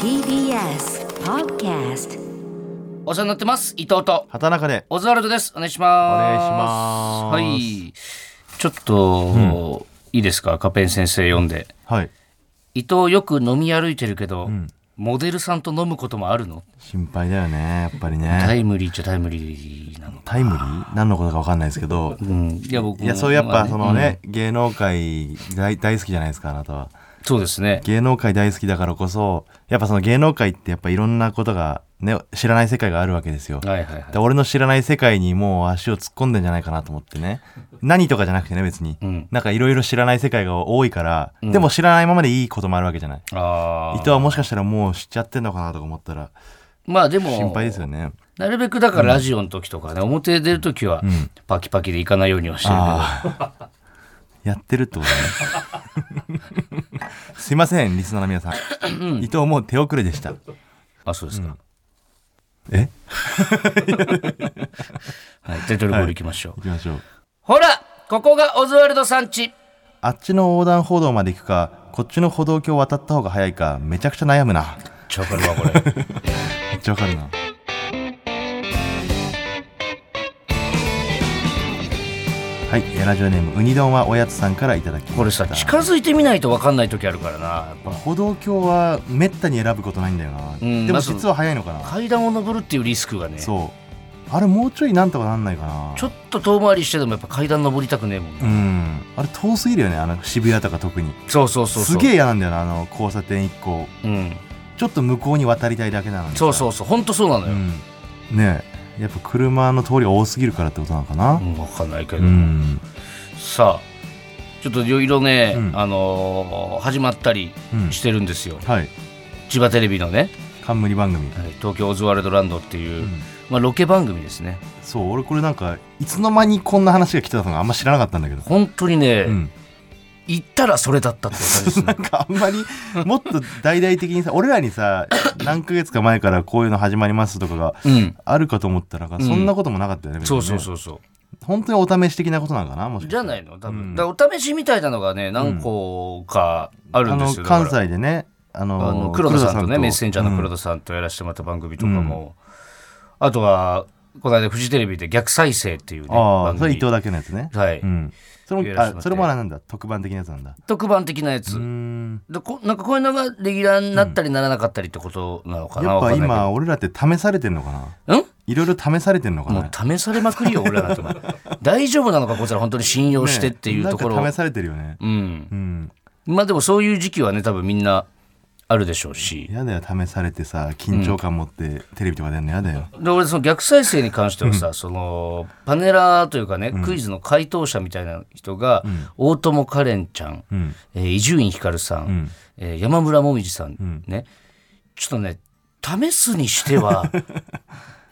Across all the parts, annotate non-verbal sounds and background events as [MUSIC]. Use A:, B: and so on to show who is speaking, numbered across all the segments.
A: TBS Podcast
B: お世話になってます伊藤と
C: 畑中で
B: オズワルドですお願いします
C: お願い
B: はいちょっと、いいですかカペン先生読んで
C: はい
B: 伊藤よく飲み歩いてるけど、
C: ん
B: モデルさんと飲むこともあるの
C: 心配だよねやっぱり
B: タ
C: ね
B: イムリーっちゃタイムリーなの
C: タイムリー何のことか分かんないですけど
B: うんいや僕も
C: いやそうやっ
B: まあ
C: ぱそのね、芸能界大大好きじゃないですかあなたは
B: うんそうですね
C: 芸能界大好きだからこそやっぱその芸能界ってやっぱいろんなことがね知らない世界があるわけですよ
B: はいはいはい
C: で俺の知らない世界にもう足を突っ込んでんじゃないかなと思ってね何とかじゃなくてね別に、
B: ん
C: なんかいろいろ知らない世界が多いから、でも知らないままでいいこともあるわけじゃない
B: あ
C: 伊
B: あ
C: 藤はもしかしたらもう知っちゃってんのかなとか思ったら
B: まあでも
C: 心配ですよね
B: なるべくだからラジオの時とかね、表出る時はパキパキで行かないようにはしてるけど、
C: ああやってるってことね
B: [LAUGHS]
C: すいませんリスナーの皆さん伊藤もう手遅れでした
B: あそうですか、
C: え
B: はいタイトルコールいきましょう、
C: 行きましょう
B: ほらここがオズワルド産地
C: あっちの横断歩道まで行くかこっちの歩道橋渡った方が早いかめちゃくちゃ悩むな
B: ちょわかるわこれ
C: めっちゃわかるなはいえーラジオネームうに丼はおやつさんからいただきました
B: [LAUGHS] これさ近づいてみないとわかんない時あるからなやっぱ
C: 歩道橋はめったに選ぶことないんだよな、
B: んま
C: でも
B: あそう
C: 実は早いのかな、
B: 階段を上るっていうリスクがねちょ
C: そうあれもうちょいなんとかなんないかな
B: っと遠回りしてでもやっぱ階段上りたくねえもん
C: う
B: ね、
C: んあれ遠すぎるよねあの渋谷とか特に
B: そうそうそうそう
C: すげえ嫌なんだよなあの交差点一個
B: うん、
C: ちょっと向こうに渡りたいだけなのに
B: そうそううそうほんとそうなのよ、
C: ん、ねえやっぱ車の通りが多すぎるからってことなのかな
B: うん、分かんないけ
C: う
B: ど、
C: ん
B: さあちょっといろいろね、
C: うん
B: あのー始まったり
C: うん
B: してるんですよ、
C: はい
B: 千葉テレビのね
C: 冠番組、
B: はい東京オズワルドランドっていう、
C: うん
B: まあ、ロケ番組ですね
C: そう俺これなんかいつの間にこんな話が来てたのかあんま知らなかったんだけど、
B: 本当にね、
C: うん、 [LAUGHS]
B: 行ったらそれだったって感じですね
C: なんかあんまりもっと大々的にさ俺らにさ何ヶ月か前からこういうの始まりますとかが
B: うん
C: あるかと思ったらなんかそんなこともなかったよね、別に
B: そ
C: ね
B: うそうそうそう
C: 本当にお試し的なことなのかなもしか
B: じ
C: した
B: ゃ
C: ら
B: ないの多分、
C: うん
B: だからお試しみたいなのがね何個かあるんですよ、だ
C: あの
B: から
C: 関西でねあの
B: あの黒田さんとねメッセンジャーの黒
C: 田
B: 田さんとやらせてもらった番組とかも、あとはこの間フジテレビで「逆再生」っていうね
C: さんああ
B: 番
C: それ伊
B: 組
C: 藤だけのやつね、
B: はい
C: うんそ
B: や
C: れも
B: らせてもらって
C: あそれもあれなんだ特番的なやつなんだ
B: 特番的なやつ、
C: うん
B: でこなんかこういうのがレギュラーになったりならなかったりってことなのかな、
C: やっ
B: わ
C: ぱ
B: かんないけど
C: 今俺らって試されてんのかなんいろいろ試されてんのか
B: も
C: な
B: う試されまくりよ俺らなんて
C: [LAUGHS]
B: お前大丈夫なのかこいつら本当に信用してっていうところ、
C: ねなんか試されてるよね
B: うん
C: うん
B: まあでもそういう時期はね多分みんなあるでしょうし
C: やだよ試されてさ緊張感持ってテレビとか出るのやだよ、
B: で俺その逆再生に関してはさそのパネラーというかね、クイズの回答者みたいな人が、大友カレンちゃん
C: うん
B: えー伊集院光さん、
C: ん
B: えー山村もみじさん、
C: ん
B: ねちょっとね試すにしては
C: [LAUGHS]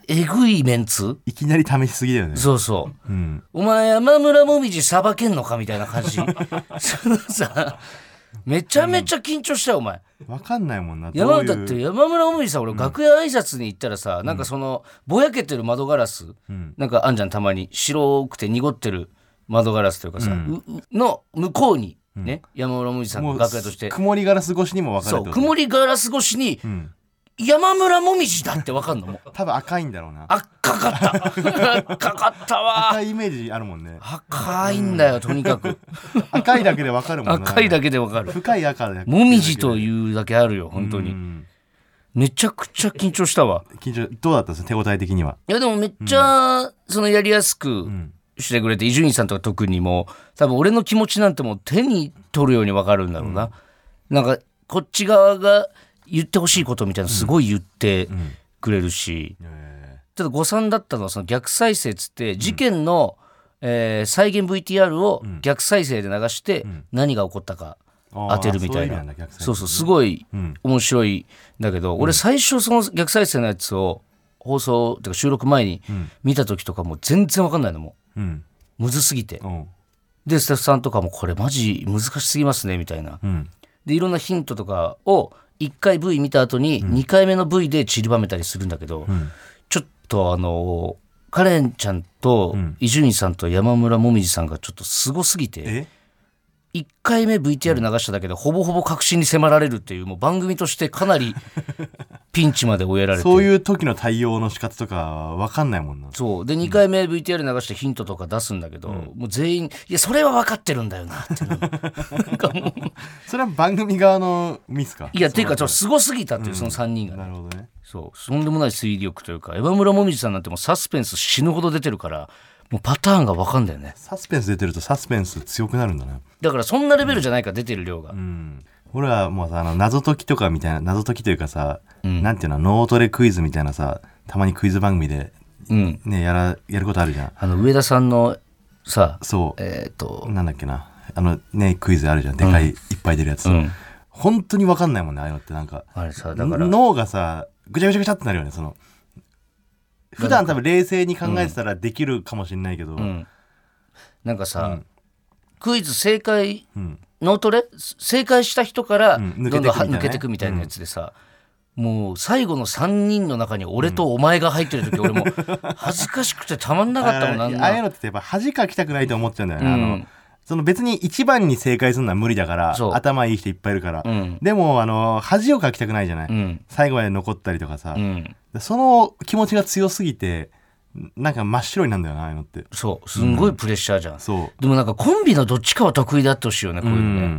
B: えぐいメンツ
C: いきなり試しすぎだよね
B: そうそう
C: うん
B: お前山村もみじさばけんのかみたいな感
C: [LAUGHS]
B: じそのさめちゃめちゃ緊張したよお前
C: わかんないもんなどう
B: 山
C: いう
B: だって山村もみじさん俺楽屋挨拶に行ったらさ、なんかそのぼやけてる窓ガラス、
C: うん
B: なんかあんじゃんたまに白くて濁ってる窓ガラスというかさ、
C: うん
B: ううの向こうにね、山村もみじさん
C: も
B: の
C: う
B: 楽屋として
C: 曇りガラス越しにも分かる
B: そ
C: っ
B: う
C: てこと
B: 曇りガラス越しに
C: うん
B: 山村もみじだってわかんのもう
C: 多分赤いんだろうな
B: 赤かった赤かったわ
C: 赤いイメージあるもんね
B: 赤いんだよとにか
C: [LAUGHS]
B: く
C: 赤いだけでわかるもんな
B: [LAUGHS] 赤いだけでわかる
C: 深い赤だけ
B: もみじと
C: う
B: いうだけあるよ本当に
C: ん
B: めちゃくちゃ緊張したわ
C: 緊張どうだったんですか手応え的にはい
B: やでもめっちゃそのやりやすく
C: ん
B: してくれて伊集院さんとか特にもう多分俺の気持ちなんてもう手に取るようにわかるんだろうななんかこっち側が言ってほしいことみたいなのすごい言ってくれるし
C: え
B: ちょっと誤算だったのはその逆再生っつって事件のえー再現 VTR を逆再生で流して何が起こったか
C: ー
B: 当てるみたい
C: あーそういう意味な
B: なん
C: だ逆再生
B: そうそうすごい
C: うん
B: 面白いんだけど、俺最初その逆再生のやつを放送てか収録前に
C: ん
B: 見た時とかもう全然わかんないのも
C: うん
B: うむずすぎて
C: うん
B: でスタッフさんとかもこれマジ難しすぎますねみたいな
C: うん
B: でいろんなヒントとかを1回 V 見た後に2回目の V で散りばめたりするんだけど、
C: ん
B: ちょっとあのカレンちゃんと伊集院さんと山村もみじさんがちょっとすごすぎて
C: え
B: 1回目 VTR 流しただけでほぼほぼ確信に迫られるっていうもう番組としてかな
C: [LAUGHS]
B: りピンチまで追えられて
C: そういう時の対応の仕方とか分かんないもんな
B: そうで2回目 VTR 流してヒントとか出すんだけど、もう全員「いやそれは分かってるんだよ
C: [LAUGHS]
B: な」っていうのなんかもう
C: それは番組側のミスか
B: いやっていうかちょっとすごすぎたっていうその3人がね、
C: なるほどね
B: そうとんでもない推理力というか山村もみじさんなんてもうサスペンス死ぬほど出てるからもうパターンが分かんだよね
C: サスペンス出てるとサスペンス強くなるんだね
B: だからそんなレベルじゃないから出てる量が、
C: うん俺はもうさあの謎解きとかみたいな謎解きというかさ、なんていうの脳トレクイズみたいなさたまにクイズ番組で、
B: うん
C: ね、やらやることあるじゃん
B: あの上田さんのさ
C: そう、
B: えっ、と
C: なんだっけなあのねクイズあるじゃんでかい、いっぱい出るやつ、
B: うん
C: 本当に分かんないもんねああいうのってなんか
B: あれさだから
C: 脳がさぐちゃぐちゃぐちゃってなるよねその普段多分冷静に考えてたらできるかもしれないけど、
B: んなんかさ、クイズ正解、脳トレ正解した人からど
C: ん
B: ん
C: 抜けてくみた
B: ど
C: い
B: ん
C: なね
B: は抜けてくみたいなやつでさ、もう最後の3人の中に俺とお前が入ってる時、俺も恥ずかしくてたまんなかったもんな
C: あ
B: ん
C: [LAUGHS] あいう
B: な
C: のってやっぱ恥かきたくないと思っちゃうんだよね、
B: うん
C: あのその別に一番に正解するのは無理だから
B: そう
C: 頭いい人いっぱいいるから、
B: ん
C: でもあの恥をかきたくないじゃない、
B: うん
C: 最後まで残ったりとかさ
B: う、ん
C: その気持ちが強すぎてなんか真っ白になるんだよなああいうのって
B: そうすんごいプレッシャーじゃん、
C: そう
B: でもなんかコンビのどっちかは得意だってほしいよねこういう
C: う
B: のね、
C: ん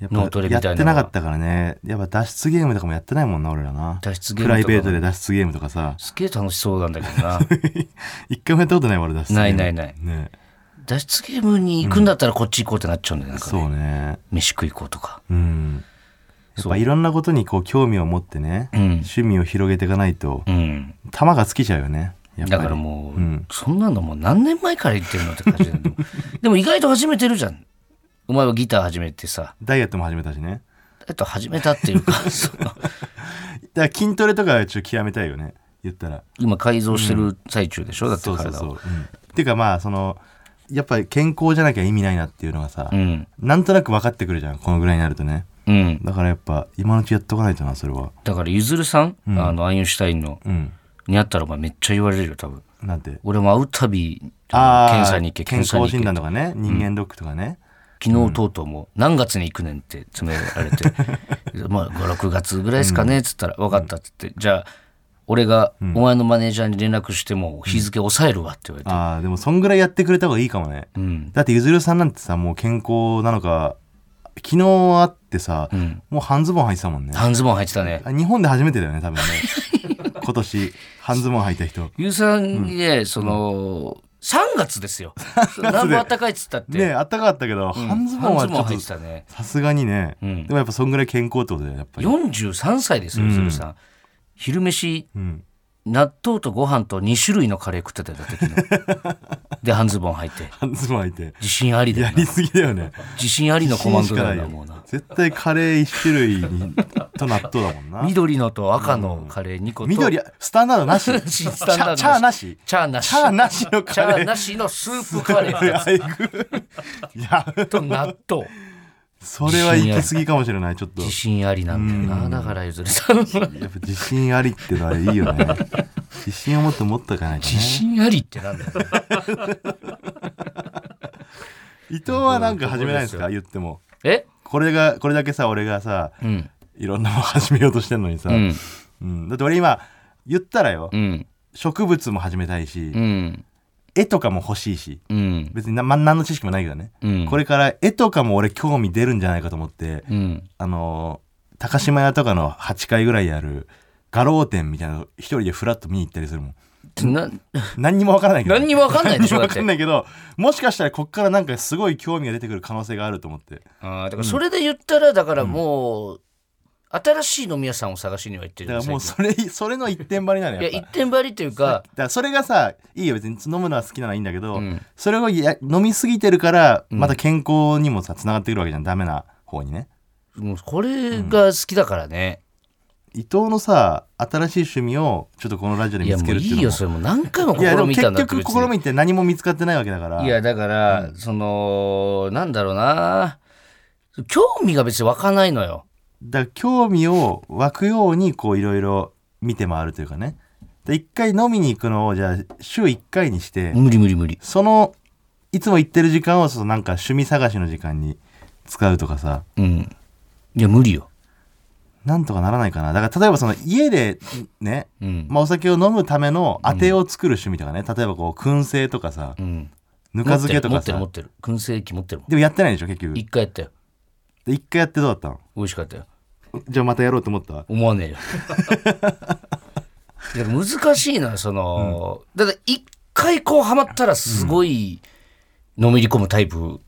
C: やっ
B: 脳ト
C: ぱ
B: レみた
C: や
B: いなのが
C: ってなかったからねやっぱ脱出ゲームとかもやってないもんな俺らな
B: 脱出ゲー
C: プ
B: ムとかも
C: ライベートで脱出ゲームとかさ
B: すげえ楽しそうなんだけどな [LAUGHS]
C: 一回もやったことないわ俺脱出ゲーム
B: ないないない
C: ね
B: 脱出ゲームに行くんだったらこっち行こうってなっちゃうんだよなんかね
C: そうね
B: 飯食い行こうとか
C: うんやっ
B: そ
C: ぱ
B: う
C: いろんなことにこう興味を持ってね、
B: ん
C: 趣味を広げていかないと
B: うん
C: 玉が尽きちゃうよねやっぱり
B: だからもう、
C: ん
B: そんなのもう何年前から言ってるのって感じだよ
C: [LAUGHS]
B: でもでも意外と始めてるじゃんお前はギター始めてさ
C: ダイエットも始めたしね
B: あと始めたって
C: [LAUGHS]
B: いうかその
C: だから筋トレとかはちょっと極めたいよね言ったら
B: 今改造してる最中でしょ、だって
C: そう
B: 体
C: そう
B: を
C: そう、うんっていうかまあそのやっぱり健康じゃなきゃ意味ないなっていうのがさ、
B: うん
C: なんとなく分かってくるじゃんこのぐらいになるとね
B: うん
C: だからやっぱ今のうちやっとかないとなそれは
B: だからゆずるさん、あのアインシュタインの
C: うん
B: に会ったらお前めっちゃ言われるよ多分
C: なんて
B: 俺も会うたび
C: あー
B: 検査に行け
C: 健
B: 検査に
C: 康
B: 行け
C: 診断とかね人間ドックとかね、
B: 昨日とうとうもう何月に行くねんって詰められ
C: [LAUGHS]
B: て、まあ56月ぐらいですかねっつったら分かったっつって、じゃあ俺がお前のマネージャーに連絡してもう日付抑えるわって言われて、
C: ああでもそんぐらいやってくれた方がいいかもね、
B: ん
C: だってゆずるさんなんてさもう健康なのか昨日会ってさ、もう半ズボン履いてたもんね
B: 半ズボン履いてたね。
C: あ日本で初めてだよね多分ね
B: [LAUGHS]
C: 今年半ズボン履いた人
B: ゆうさんにね、その、3月です
C: [LAUGHS]
B: よ。何も暖かいっつったって。
C: ねあったかかったけど、
B: うん
C: 半ズボンは
B: 半
C: ち
B: ズボ
C: ょ
B: ン
C: っ
B: 履い
C: と
B: てたね。
C: さすがにね、
B: うん
C: でもやっぱそんぐらい健康ってことだよやっぱり、
B: 43歳ですよ、ゆずるさん。昼飯、
C: うん、
B: 納豆とご飯と2種類のカレー食ってたよ、だって
C: [LAUGHS]
B: 昨日で、半ズボン履いて。
C: 半ズボン履いて
B: 自信ありだよ
C: や
B: な
C: りすぎだよね
B: 自信ありのコマンドだよな、
C: 自
B: もう
C: 信しかない
B: な
C: よ。絶対カレー1種類にと納豆だも
B: [LAUGHS]
C: んな
B: 緑のと赤のカレー2個と、
C: 緑スタンダードなしチ
B: [LAUGHS] スタンダード
C: ャ
B: なし
C: チャーなし
B: チャーなし
C: チャーなしの
B: チャ
C: カレ
B: ー
C: ー
B: なしのスープカレー
C: いや行くいや
B: と納豆
C: それは行き過ぎかもしれないちょっと
B: 自信ありなんだよなだからゆずるさんは
C: やっぱ自信ありってのはいいよね自信をもっと持っとかないとね
B: 自信ありってなんだよ
C: 伊藤はなんか始めないんですか言っても
B: え
C: これがこれだけさ俺がさ
B: うん
C: いろんなもの始めようとしてんのにさ、
B: うん
C: うんだって俺今言ったらよ、
B: うん
C: 植物も始めたいし、
B: うん
C: 絵とかも欲しいし
B: うん
C: 別にな、ま、何の知識もないけどね、
B: うん
C: これから絵とかも俺興味出るんじゃないかと思って、
B: うん
C: あのー高島屋とかの8階ぐらいにある画廊展みたいなの一人でフラッと見に行ったりするもん
B: な
C: 何にもわからないけど
B: 何にもわかんないでしょだ
C: わ
B: っ
C: か
B: て
C: んないけどもしかしたらこっからなんかすごい興味が出てくる可能性があると思って
B: あーだからそれで言ったらだからもう新しい飲み屋さんを探しには行ってる
C: だ
B: よ
C: からもう
B: 最
C: それそれの一点張りなのよ
B: 近
C: や
B: い
C: っぱ
B: や一点張りっていうか
C: だからそれがさいいよ別に飲むのは好きなのはいいんだけど、
B: ん
C: それをや飲みすぎてるからまた健康にもさつながってくるわけじゃんダメな方にね
B: もうこれが好きだからね
C: 伊藤のさ新しい趣味をちょっとこのラジオで
B: いや
C: 見
B: も
C: つけ
B: う
C: るって
B: い
C: いうのも
B: いよそれもう何回も試
C: いやでも
B: みた
C: 結
B: んだって
C: 局
B: 別に
C: 試みって何も見つかってないわけだから
B: いやだから、そのなんだろうな興味が別に湧かないのよ。
C: だから興味を湧くようにこういろいろ見て回るというかねで一回飲みに行くのをじゃあ週1回にして、
B: 無理無理無理。
C: そのいつも行ってる時間をそうなんか趣味探しの時間に使うとかさ
B: うん。いや、無理よ。
C: なんとかならないかなだから例えばその家でね、
B: うん。
C: まあ、お酒を飲むためのあてを作る趣味とかね、例えばこう燻製とかさ
B: うん。
C: ぬか漬けと
B: 持
C: か
B: って
C: さ
B: る持ってる持ってる。燻製機持ってるもん。
C: でもやってないでしょ結局で
B: 一回やったよ。
C: 一回やってどうだったの
B: 美味しかったよ。
C: じゃあまたやろうと思った
B: 思わねえよ。 [LAUGHS] いや難しいな、その、だって一回こうハマったらすごいのめり込むタイプ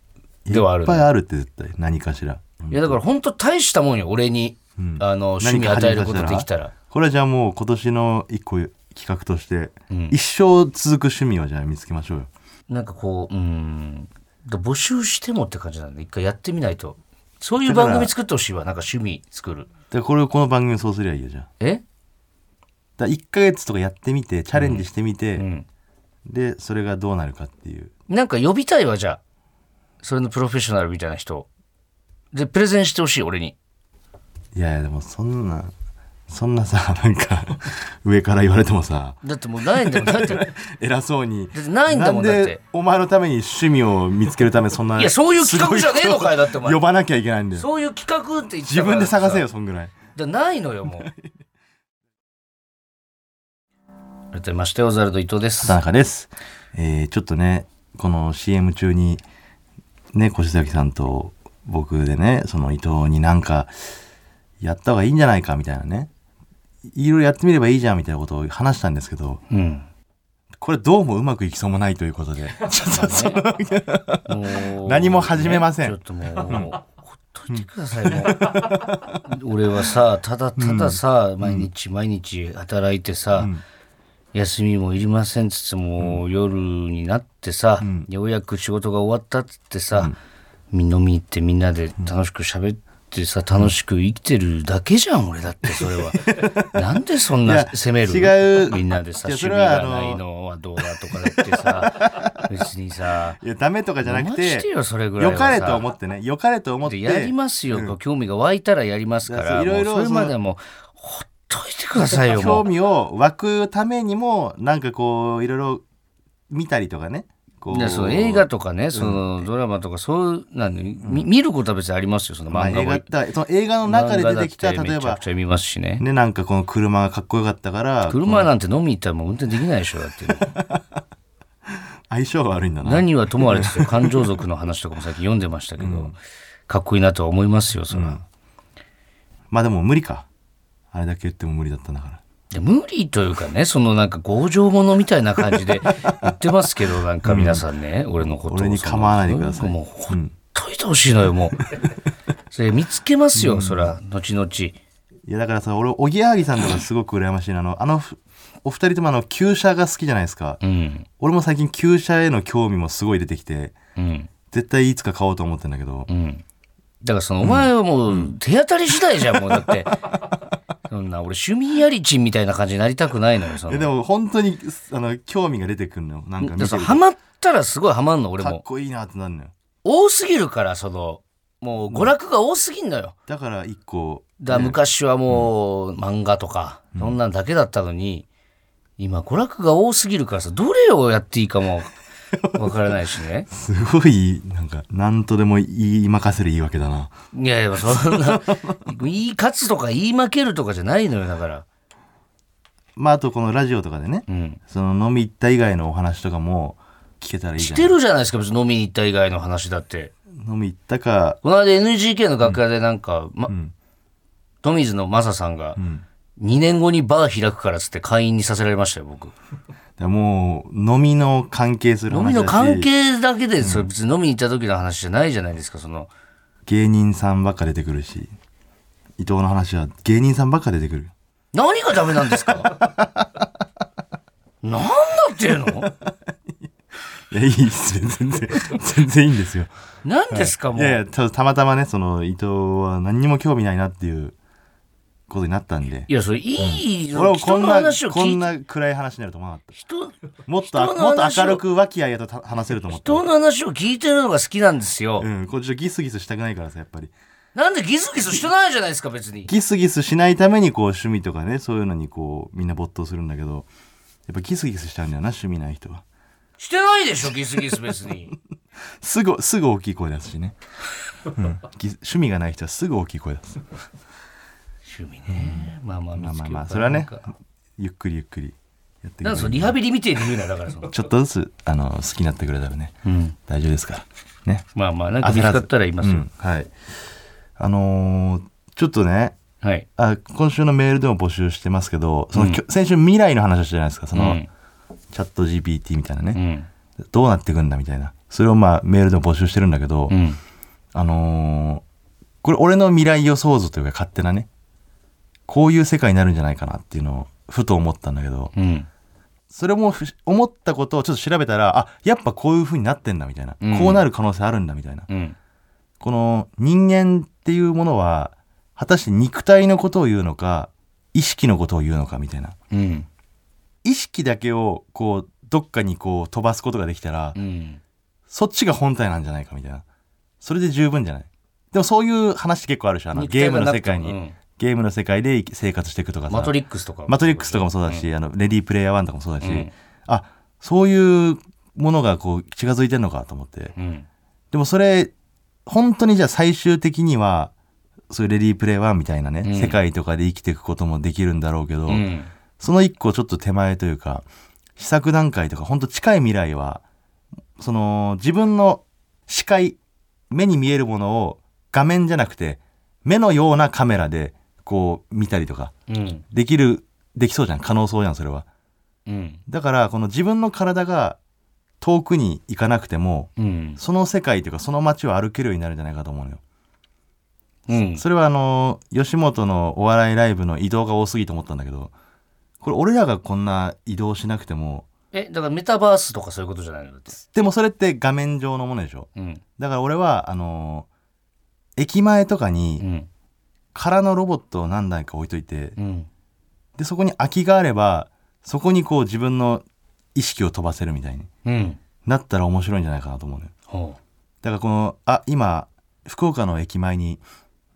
B: ではあ
C: い
B: る
C: っ
B: ね、
C: ぱいあるって絶対何かしら
B: いやだから本当大したもんよ、俺に、あの趣味与えることできたら。
C: これはじゃあもう今年の一個企画として、一生続く趣味をじゃあ見つけましょうよ
B: なんかこう、うん、だ募集してもって感じなんで、一回やってみないと。そういう番組作ってほしいわ、なんか趣味作る。
C: でこれをこの番組にそうすりゃいいよじゃあ
B: え
C: だ1ヶ月とかやってみてチャレンジしてみて、
B: ん
C: でそれがどうなるかっていう
B: なんか呼びたいわ、じゃあ。それのプロフェッショナルみたいな人をで、プレゼンしてほしい、俺に。
C: いやいやでもそんなそんなさ [LAUGHS] なんか上から言われてもさ
B: だってもうないん
C: [LAUGHS]
B: だもん、だって。
C: 偉そうに
B: だってないんだもん
C: な
B: だっ
C: で
B: て
C: お前のために趣味を見つけるためそんない
B: やそういう企画じゃねえのかよ
C: すご
B: だってお前
C: 呼ばなきゃいけないんだよ
B: そういう企画って言って
C: 自
B: たから
C: 分で探せよ
B: さ。
C: そんぐらい
B: だないのよ、 [LAUGHS] もう。改めまして、オザルド伊藤です。
C: 田中です。えーちょっとね、この CM 中に、ね、越崎さんと僕でね、その伊藤になんか、やった方がいいんじゃないかみたいなね、いろいろやってみればいいじゃんみたいなことを話したんですけど、
B: うん。
C: これどうもうまくいきそうもないということで、
B: [LAUGHS]
C: ちょっとその、
B: もう
C: 何も始めません
B: ちょっともう、ほっといてください、も
C: [LAUGHS]
B: う。俺はさ、ただたださ、毎日毎日働いてさ、休みもいりませんっつってもう夜になってさ、ようやく仕事が終わったっつってさ、み飲み行ってみんなで楽しく喋ってさ楽しく生きてるだけじゃん俺だってそれ
C: [LAUGHS]
B: はなんでそん
C: い
B: な
C: や
B: 責める
C: 違う
B: みんなでさ
C: いや
B: 趣味
C: それは
B: がないのはどうだとかだって
C: [LAUGHS]
B: さ別にさ
C: いや、ダメとかじゃなく
B: お待ちして
C: て、
B: よそれぐらい
C: 良
B: はさ
C: かれと思ってね、良かれと思って、
B: やりますよ、興味が湧いたらやりますか
C: いやそ
B: ら
C: ういろいろ
B: もうそれまではもうほっといてくださいよも
C: 興
B: う
C: 味を湧くためにも、なんかこう、いろいろ見たりとかね、こ
B: いうやその映画とかね、そのドラマとかそういうなんで、み見ることは別にありますよその
C: まあ
B: 漫画
C: 映
B: も、
C: 画ってその映画の中で出てきた
B: 漫画だって
C: 例え
B: めちゃ
C: ば
B: くちゃ見ますしね
C: ねなんかこの車がかっこよかったから
B: 車なんて飲み行ったらもう運転できないでしょだって
C: 相性が悪いんだな
B: 何はともあれですよ感情族の話とかも最近読んでましたけど、かっこいいなとは思いますよそれは、
C: まあでも無理かあれだけ言っても無理だったんだから
B: で無理というかねそのなんか強情者みたいな感じで言ってますけどなんか皆さんね、俺のことを
C: 俺に構わないでください
B: そのもうほっといてほしいのよもうそれ見つけますよ、そら後々
C: いやだからさ俺おぎやはぎさんとかすごく羨ましいなあのあのふお二人ともあの旧車が好きじゃないですか、
B: うん
C: 俺も最近旧車への興味もすごい出てきて
B: うん
C: 絶対いつか買おうと思ってんだけど、
B: うんだからそのお前はもう手当たり次第じゃんもうだってそんな俺趣味やりちんみたいな感じになりたくないのよそ
C: え
B: の
C: でも本当にあの興味が出てくるのよなん
B: だか
C: か見
B: ら
C: て
B: そ
C: る
B: の
C: と
B: ハマったらすごいハマんの俺
C: かっ
B: も
C: こいいなってなるのよ
B: 多すぎるからそのもう娯楽が多すぎんのよ、
C: だから一個
B: だ
C: ね
B: 昔はもう漫画とかそんなんだけだったのに、今娯楽が多すぎるからさどれをやっていいか [LAUGHS] もわからないしね
C: すごい、なんか、なんとでも言い任せる言い訳だな。
B: いやいやそんな [LAUGHS] 言い勝つとか言い負けるとかじゃないのよだから
C: まあ、あとこのラジオとかでね、
B: うん
C: その飲み行った以外のお話とかも聞けたらいいじ
B: し
C: ゃ
B: て
C: ん。
B: るじゃないですか別に飲みに行った以外の話だって
C: 飲み行ったか、
B: この間 NGK の楽屋でなんか、まトミーズのマサさんが、2年後にバー開くからっつって会員にさせられましたよ僕
C: でもう、飲みの関係する
B: 飲み
C: 話だし
B: の関係だけでそれ別に飲みに行った時の話じゃないじゃないですかその
C: 芸人さんばっか出てくるし、伊藤の話は芸人さんばっか出てくる。
B: 何がダメなんです
C: [LAUGHS]
B: かなんだっていうの
C: いや、いいっすよ。全然、全然いいんですよ。
B: 何ですか、
C: い
B: もう
C: やいや、たたまたまね、その、伊藤は何にも興味ないなっていうことになったんで。
B: いやそれいい、
C: 俺も
B: 人
C: こん
B: の
C: な、
B: 話を
C: こ
B: 聞
C: ん
B: いて
C: な暗い話になると思わなかった。
B: 人
C: もっ
B: 人
C: と、
B: の話を
C: もっと明るく和気あいあいとた話せると思った。
B: 人の話を聞いてるのが好きなんですよ、
C: うん、こっちはギスギスしたくないからさ、やっぱり。
B: なんでギスギスしてないじゃないですか別に
C: ギスギスしないために、こう、趣味とかね、そういうのに、こう、みんな没頭するんだけど、やっぱギスギスしちゃうんだよな、趣味ない人は。
B: してないでしょギスギス別
C: [LAUGHS]
B: に
C: すぐ、すぐ大きい声出すしね。うん、ぎ趣味がない人はすぐ大きい声出す。
B: 趣味ねまあまあ
C: まあまあまあ、
B: 見つ
C: そ
B: け
C: れ
B: よ
C: は
B: うか
C: ね
B: なんか、
C: ゆっくりゆっくりやっていけば
B: ないんか
C: い
B: そのリハビリみてえに言うなだからその
C: ちょっとずつ、あの、好きになってくれたらね、
B: うん
C: 大丈夫ですから。ね。
B: まあまあなんか見つかったら言います
C: う
B: よ、
C: ん、はい。あのーちょっとね、
B: はい
C: あ今週のメールでも募集してますけどその、きょ先週未来の話をしたじゃないですかその、
B: うん
C: チャット GPT みたいな
B: う
C: ね、
B: ん
C: どうなっていくんだみたいなそれをまあメールでも募集してるんだけど、
B: うん
C: あのーこれ俺の未来予想図というか勝手なねこういう世界になるんじゃないかなっていうのをふと思ったんだけど
B: うん
C: それもふ思ったことをちょっと調べたらあやっぱこういう風になってんだみたいな、
B: うん
C: こうなる可能性あるんだみたいな、
B: うん
C: この人間っていうものは果たして肉体のことを言うのか意識のことを言うのかみたいな
B: うん
C: 意識だけをこうどっかにこう飛ばすことができたら、
B: うん
C: そっちが本体なんじゃないかみたいなそれで十分じゃないでもそういう話結構あるしあの
B: 肉
C: ゲ
B: 体
C: ーム
B: が
C: の
B: なく
C: 世
B: ても
C: 界に、
B: うん
C: ゲームの世界で生活していくとかさ
B: マトリックスとか
C: マトリックスとかもそうだし、あのレディープレイヤー1とかもそうだし、
B: うん
C: あそういうものがこう近づいてんのかと思って、
B: うん
C: でもそれ本当にじゃあ最終的にはそういうレディープレイワンみたいなね、
B: うん
C: 世界とかで生きていくこともできるんだろうけど、
B: うん
C: その一個ちょっと手前というか試作段階とか本当近い未来はその自分の視界目に見えるものを画面じゃなくて目のようなカメラでこう見たりとか
B: うん
C: できるできそうじゃん可能そうじゃんそれは
B: うん
C: だからこの自分の体が遠くに行かなくても
B: うん
C: その世界というかその街を歩けるようになるんじゃないかと思うのよ。
B: うん
C: それはあの吉本のお笑いライブの移動が多すぎと思ったんだけどこれ俺らがこんな移動しなくても
B: えだからメタバースとかそういうことじゃないのだって
C: でもそれって画面上のものでしょ
B: うん
C: だから俺はあの駅前とか
B: う
C: に
B: ん
C: 空のロボットを何台か置いといて
B: うん
C: でそこに空きがあればそこにこう自分の意識を飛ばせるみたいに
B: うん
C: なったら面白いんじゃないかなと思うのよ
B: ほ
C: だからこのあ今福岡の駅前に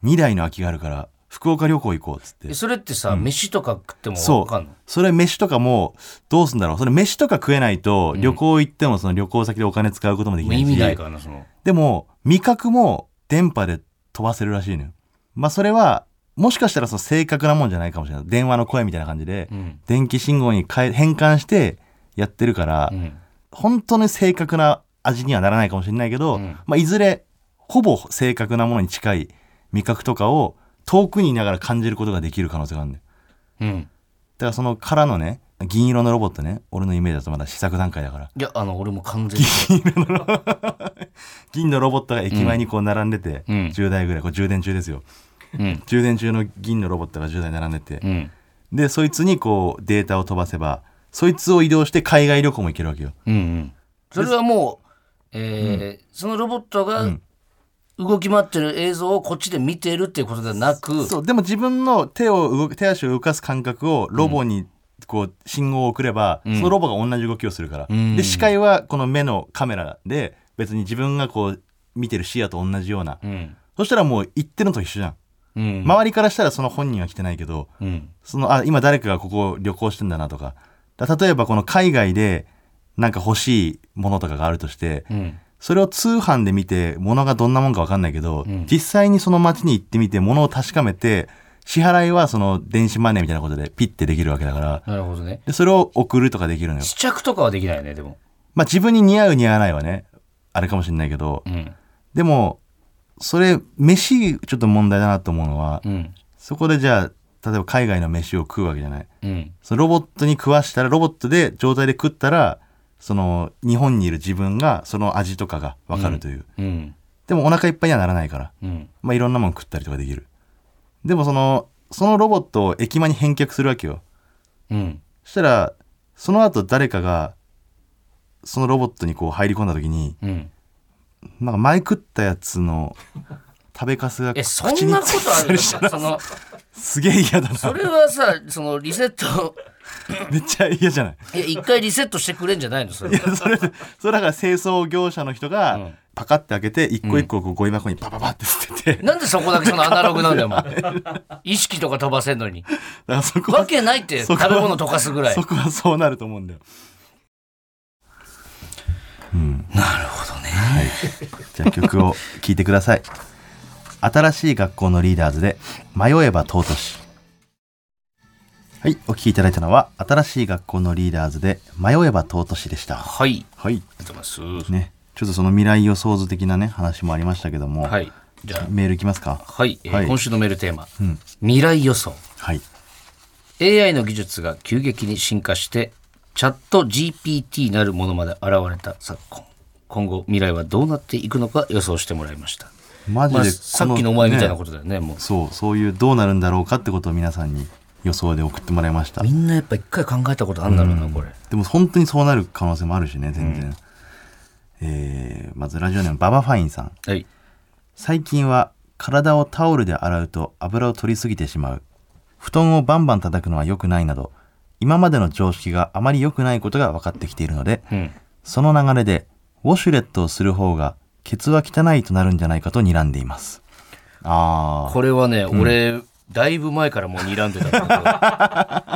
C: 2台の空きがあるから福岡旅行行こうっつっ
B: う
C: て
B: えそれってさ、飯とか食っても
C: そ
B: わかん
C: う
B: の
C: それ飯とかもどうすんだろうそれ飯とか食えないと旅行行ってもその旅行先でお金使うこともできないし
B: 意味ないからなその
C: でも味覚も電波で飛ばせるらしいのよまあそれはもしかしたらその正確なもんじゃないかもしれない電話の声みたいな感じで
B: うん
C: 電気信号に変え変換してやってるから、
B: うん
C: 本当に正確な味にはならないかもしれないけ
B: う
C: ど、
B: ん
C: まあ、いずれほぼ正確なものに近い味覚とかを遠くにいながら感じることができる可能性があるんだよ
B: うん
C: だからその空のね銀色のロボットね俺のイメージだとまだ試作段階だから
B: いやあの俺も完
C: [LAUGHS]
B: 全に
C: 銀のロボットが駅前にこう並んでて、
B: うん
C: 10台ぐらいこれ充電中ですよ
B: うん
C: 充電中の銀のロボットが10台並んでて、
B: うん
C: でそいつにこうデータを飛ばせばそいつを移動して海外旅行も行けるわけよ
B: うんうんそれはもう、えーそのロボットが動き回ってる映像をこっちで見てるっていうことではなく
C: そうでも自分の手を動く手足を動かす感覚をロボにこう信号を送れば、そのロボが同じ動きをするから、
B: ん
C: で視界はこの目のカメラで別に自分がこう見てる視野と同じような、
B: うん
C: そしたらもう言ってるのと一緒じゃん、
B: うん
C: 周りからしたらその本人は来てないけど
B: うん
C: そのあ今誰かがここを旅行してんだなとかだ例えばこの海外でなんか欲しいものとかがあるとして、
B: うん
C: それを通販で見て物がどんなもんか分かんないけど、実際にその街に行ってみて物を確かめて支払いはその電子マネーみたいなことでピッてできるわけだから
B: なるほどね
C: でそれを送るとかできるのよ
B: 試着とかはできないよねでも
C: まあ自分に似合う似合わないはねあれかもしれないけど、
B: うん
C: でもそれ飯ちょっと問題だなと思うのは、
B: うん
C: そこでじゃあ例えば海外の飯を食うわけじゃない
B: うん
C: そのロボットに食わしたらロボットで状態で食ったらその日本にいる自分がその味とかが分かるという、
B: うん
C: でもお腹いっぱいにはならないから
B: うん
C: まあ、いろんなもん食ったりとかできるでもそのそのロボットを駅前に返却するわけよ
B: うん
C: そしたらその後誰かがそのロボットにこう入り込んだ時に
B: うん
C: なんか前食ったやつの食べかすが
B: えそ
C: 口
B: ん
C: に
B: なこ
C: つい
B: とあ
C: てた
B: る
C: りしたら
B: その
C: すげえ嫌だ
B: そ
C: な
B: れはさそのリセット
C: めっちゃ嫌じゃない
B: いや一回リセットしてくれんじゃないのそれ
C: いや [LAUGHS] それそれだから清掃業者の人が、
B: ん
C: パカって開けて一個一個こうゴミ箱にパパパって捨てて、 [LAUGHS] だ
B: なんでそこだけそのアナログなんだよお前意識とか飛ばせんのに
C: からそこ
B: わ
C: は
B: けないって
C: そ
B: 食
C: こは
B: べ物溶かすぐらい
C: そこはそうなると思うんだよじゃあ曲を聴いてください。新しい学校のリーダーズで迷えば尊し。はい、お聴きいただいたのは新しい学校のリーダーズで迷えば尊しでした。
B: はい。
C: はい。
B: ありがとうございます。
C: ね、ちょっとその未来予想図的なね話もありましたけども、
B: はい。じゃあ、
C: メールいきますか。
B: はい。えー
C: はい
B: 今週のメールテーマ、
C: ん
B: 未来予想。
C: はい。
B: AI の技術が急激に進化して、チャット GPT なるものまで現れた昨今。今後、未来はどうなっていくのか予想してもらいました。
C: マジで
B: まあ、
C: この
B: さっきのお前みたいな
C: ね
B: ことだよね、もう。
C: そうそういうどうなるんだろうかってことを皆さんに予想で送ってもらいました
B: みんなやっぱ一回考えたことあるんだろうな、これ。
C: でも本当にそうなる可能性もあるしね全然、えーまずラジオネームババファインさん
B: はい。
C: 最近は体をタオルで洗うと油を取りすぎてしまう布団をバンバン叩くのは良くないなど今までの常識があまり良くないことが分かってきているので、
B: うん。
C: その流れでウォシュレットをする方がケツは汚いとなるんじゃないかと睨んでいますああ
B: これはね、俺、だいぶ前からもう睨んでたんだ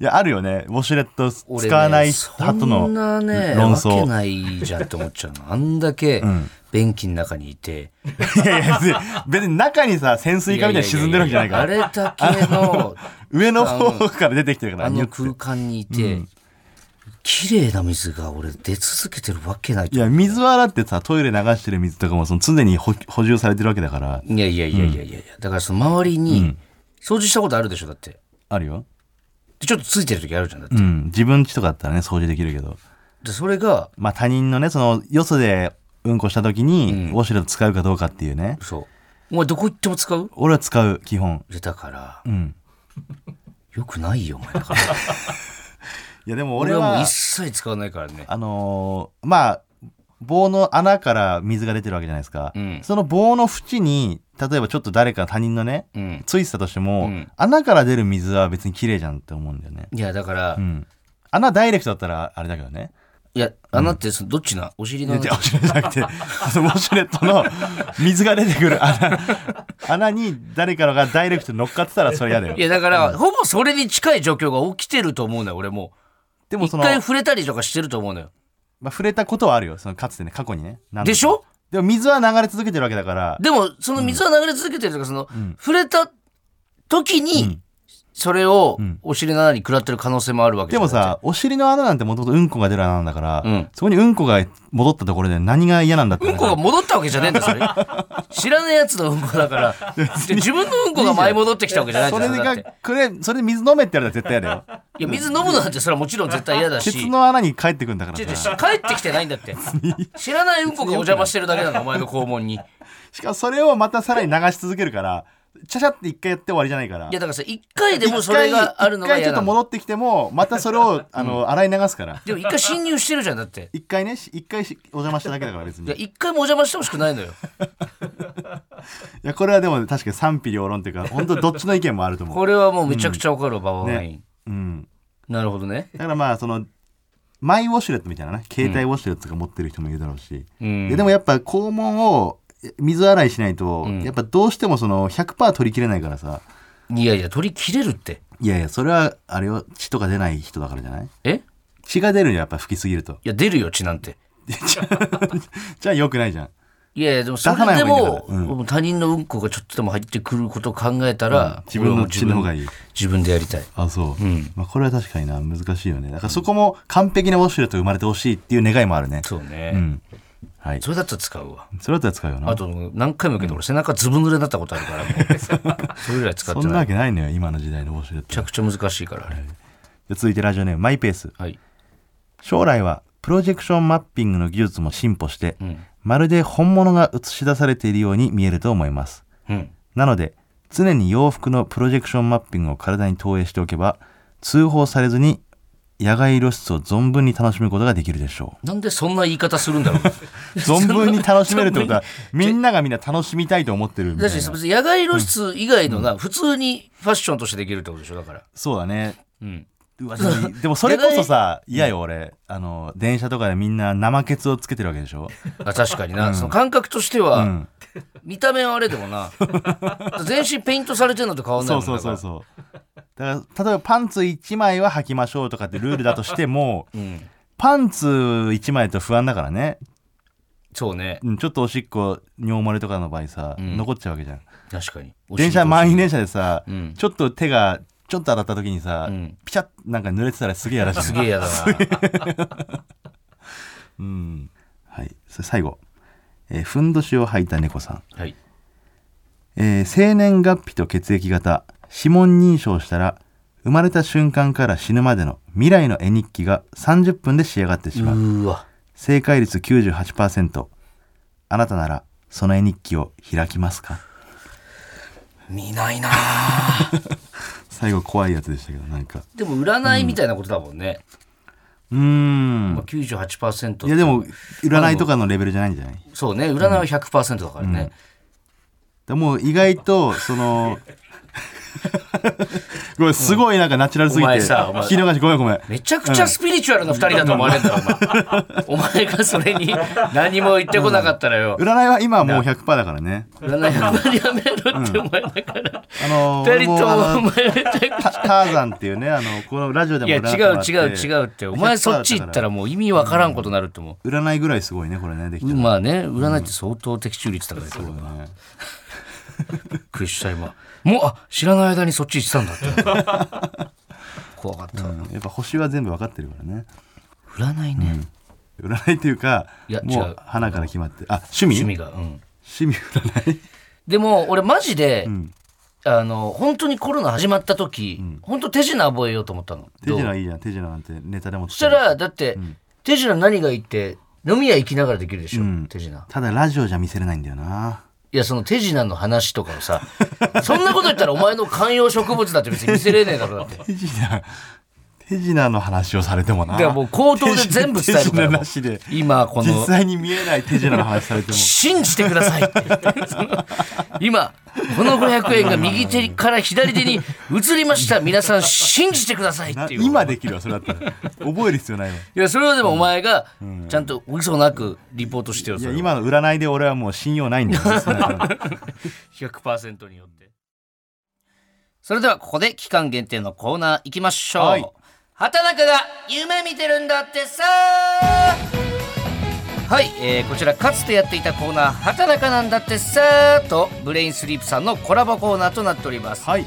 C: いやあるよねウォシュレット
B: けど、俺ね
C: [LAUGHS] 使わない派との
B: そんなね、
C: 論
B: わ
C: 争
B: けないじゃんって思っちゃう
C: [LAUGHS]
B: の。あんだけ、便器の中にいて、
C: いやいや別に別に中にさ潜水艦みたいに沈んでるわけじゃないから
B: あれだけ
C: [LAUGHS]
B: の、
C: 上の方から出てきてるから
B: あ
C: ニュ
B: の
C: ッて
B: 空間にいて、綺麗な水が俺出続けてるわけない
C: いや水はだってさトイレ流してる水とかもその常に補補充されてるわけだから
B: いやいやいやいやいやいや、だからその周りに、掃除したことあるでしょ、だって。
C: あるよ
B: でちょっとついてる時あるじゃん、だって。
C: うん自分家とかだったらね掃除できるけど
B: でそれが、
C: まあ他人のねそのよそでうんこした時にウォシュレット使うかどうかっていうね、
B: そう。お前どこ行っても使う
C: 俺は使う基本
B: でだから、
C: ん
B: よくないよ、お前だから。
C: いやでも
B: 俺
C: [LAUGHS] 俺は
B: はもう一切使わないからね。
C: あのーまあ棒の穴から水が出てるわけじゃないですか、
B: うん
C: その棒の縁に例えばちょっと誰か他人のね、
B: うん。
C: ついてたとしても、
B: うん
C: 穴から出る水は別に綺麗じゃんって思うんだよね、
B: いや、だから、
C: うん、穴ダイレクトだったらあれだけどね
B: いや、穴ってそのどっちなお尻の
C: で
B: 穴
C: じゃあウォシュレットじゃなく
B: [LAUGHS]
C: てあのウォシュレットの水が出てくる穴穴に誰かのがダイレクトに乗っかってたらそれ嫌だよ
B: いや、だから、ほぼそれに近い状況が起きてると思うのよ、俺も。
C: でも
B: 一
C: その、
B: 回触れたりとかしてると思うのよ。
C: まあ、触れたことはあるよそのかつてね過去にね何度か
B: でしょ
C: でも水は流れ続けてるわけだから
B: でも、その水は流れ続けてるとか、その、触れた時に、それをお尻の穴に食らってる可能性もあるわけじ
C: で
B: ゃん
C: も、さ、お尻の穴なんてもともとうんこが出る穴なんだから、
B: うん
C: そこにうんこが戻ったところで何が嫌なんだって、
B: うんこが戻ったわけじゃねえんだよ、
C: [LAUGHS]
B: それ。知らねえやつのうんこだから。で自分のうんこが舞い戻ってきたわけじゃないん
C: そ
B: だ
C: れ
B: よ。だっ
C: が
B: て
C: くれそれで水飲めってやるら絶対嫌だ
B: [LAUGHS]
C: よ
B: いや、水飲むのなんてそれはもちろん絶対嫌だし。
C: 鉄の穴に帰ってくんだか
B: 違う
C: ら
B: 違う
C: さ
B: 帰ってきてないんだ
C: [LAUGHS]
B: って。知らないうんこがお邪魔してるだけなの、お前の肛門に。い
C: しかもそれをまたさらに流し続けるからちゃちゃって一回やって終わりじゃないから
B: や、だからさ、一回でもそれがあるのが
C: 一回ち
B: 嫌
C: ょっ
B: な
C: と
B: の。
C: 戻ってきてもまたそれ
B: [LAUGHS]
C: をあの、洗い流すから
B: でも一回侵入してるじゃん、だって。
C: 一回ねし一回しお邪魔しただけだから別
B: い
C: に
B: や、
C: い
B: 一回もお邪魔してほしくないのよ。
C: やこれはでも確かに賛否両論っていうか本当どっちの意見もあると思う
B: これはもうめちゃくちゃわかるわ、ババファイン。
C: うん
B: なるほどね。
C: だからまあそのマイウォシュレットみたいなね携帯ウォシュレットとか持ってる人もいるだろうし、
B: うん
C: ででもやっぱ肛門を水洗いしないと、やっぱどうしてもその100%取りきれないからさ
B: いやいや、取り切れるって。
C: いやいやそれはあれよ血とか出ない人だからじゃない
B: えい
C: 血が出るよやっぱ拭きすぎると
B: や、出るよ、血なんて。
C: じゃあよくないじゃん
B: いやいや、でもそ
C: 出さな
B: れ
C: い
B: で
C: 方がいいんだ
B: も、
C: からうん
B: もう他人のうんこがちょっとでも入ってくることを考えたら、
C: 自分の血の方がいい
B: 俺はもう自分自分でやりたい。
C: あそう、まあ、これは確かにな難しいよねだからそこも完璧なウォシュレットが生まれてほしいっていう願いもあるね
B: そうね。
C: んはい
B: それだったら使うわ。
C: それだったら使うよな
B: あと何回も言うけど、俺背中ずぶ濡れになったことあるから、
C: [LAUGHS]
B: もうそれ以来使っ
C: そ
B: て
C: ん
B: ない。
C: なわ
B: め
C: けないのよ今の時代のウォシュレット
B: ちゃくちゃ難しいから、あれ。
C: で続いてラジオネームマイペース
B: はい。
C: 将来はプロジェクションマッピングの技術も進歩して、まるで本物が映し出されているように見えると思います
B: うん。
C: なので常に洋服のプロジェクションマッピングを体に投影しておけば通報されずに野外露出を存分に楽しむことができるでしょ
B: なんでそんな言い方するんだろう。
C: う [LAUGHS] 存分に楽しめるってことは [LAUGHS] みんながみんな楽しみたいと思ってるみた
B: だ
C: い
B: し、
C: な
B: 別に野外露出以外のな、普通にファッションとしてできるってことでしょ、だから。
C: そうだね
B: うん。
C: うわでもでもそれこそ [LAUGHS] さ嫌よ俺あの電車とかでみんな生ケツをつけてるわけでしょ
B: あ確かにな、その感覚としては、
C: ん
B: 見た目はあれでも
C: [LAUGHS]
B: な全身ペイントされてるのと変わんない
C: そ
B: も
C: うんそ
B: う
C: うそう [LAUGHS] そうだから例えばパンツ1枚は履きましょうとかってルールだとしても、パンツ1枚だと不安だからね
B: そうね
C: うんちょっとおしっこ尿漏れとかの場合さ、残っちゃうわけじゃん
B: 確かに
C: 電車
B: 前
C: 満員電車でさ、
B: ん
C: ちょっと手がちょっと当たった時にさ、
B: ん
C: ピチャッなんか濡れてたらすげえやらしい [LAUGHS]
B: すげえやだな
C: うんはいそれ最後、えーふんどしを履いた猫さん
B: はい
C: えー生年月日と血液型指紋認証したら生まれた瞬間から死ぬまでの未来の絵日記が30分で仕上がってし
B: う
C: まう
B: ーわ
C: 正解率98%あなたならその絵日記を開きますか
B: 見ないな
C: 最後怖いやつでしたけどなんか
B: でも占いみたいなことだもんね、
C: うーん
B: まあ、98%って
C: いやでも占いとかのレベルじゃないんじゃない
B: そうね占いは100%だからね、
C: でもう意外とそ
B: [LAUGHS]
C: のごめんすごいなんかナチュラルすぎて
B: お前さお前
C: 聞き逃しごめんごめん
B: めちゃくちゃスピリチュアルな2人だと思われるん
C: [LAUGHS]
B: だ、お前お前がそれに何も言ってこなかったらよ
C: 占いは今はもう100%だからね
B: 占いはあんまりやめろってお前だから
C: あの
B: 2人とも
C: 俺
B: お
C: も
B: 前めちゃくちゃ
C: あのタターザンっていうねあのこのラジオで
B: い
C: も
B: や
C: 占っても
B: 違
C: ら
B: う
C: って
B: 違う違うってお前そっち行ったらもう意味わからんことになるって思う
C: 占いぐらいすごいねこれねできた
B: まあね占いって相当的中率高いからびっ
C: ら [LAUGHS] ね
B: くりした今もうあ知らない間にそっち行ってたんだって怖かった、
C: [LAUGHS] やっぱ星は全部わかってるからね
B: 占いね、
C: 占いっていうか
B: いや
C: も
B: 違う
C: う花から決まってあ趣味
B: 趣味がうん
C: 趣味占い
B: でも俺マジで、あの本当にコロナ始まった時、本当手品覚えようと思ったの [LAUGHS]
C: 手
B: どう
C: 品いいじゃん手品なんてネタでも
B: そしたらだって、手品何がいいって飲み屋行きながらできるでしょ、手品
C: ただラジオじゃ見せれないんだよない
B: やその手品の話とかをさそんなこと言ったらお前の観葉植物だって別に見せれねえだろだって
C: 手品手品の話をされてもな
B: だからもう口頭で全部伝えるから
C: 手品
B: も
C: なし
B: う
C: で
B: 今こ
C: 実
B: の
C: 際に見えない手品の話され
B: [LAUGHS]
C: ても
B: 信じてくださいって言ってその今この500円が右手から左手に移りました皆さん信じてくださいっていう
C: 今できるわそれだったら覚える必要ないわ
B: いやそれはでもお前がちゃんと嘘なくリポートしてよ
C: い
B: そ
C: や
B: れは
C: 今の占いで俺はもう信用ないんだよ
B: [LAUGHS] 100%によってそれではここで期間限定のコーナー行きましょう、
C: はい
B: 畑中が夢見てるんだってさはい、えーこちらかつてやっていたコーナー「畑中なんだってさ」とブレインスリープさんのコラボコーナーとなっております、
C: はい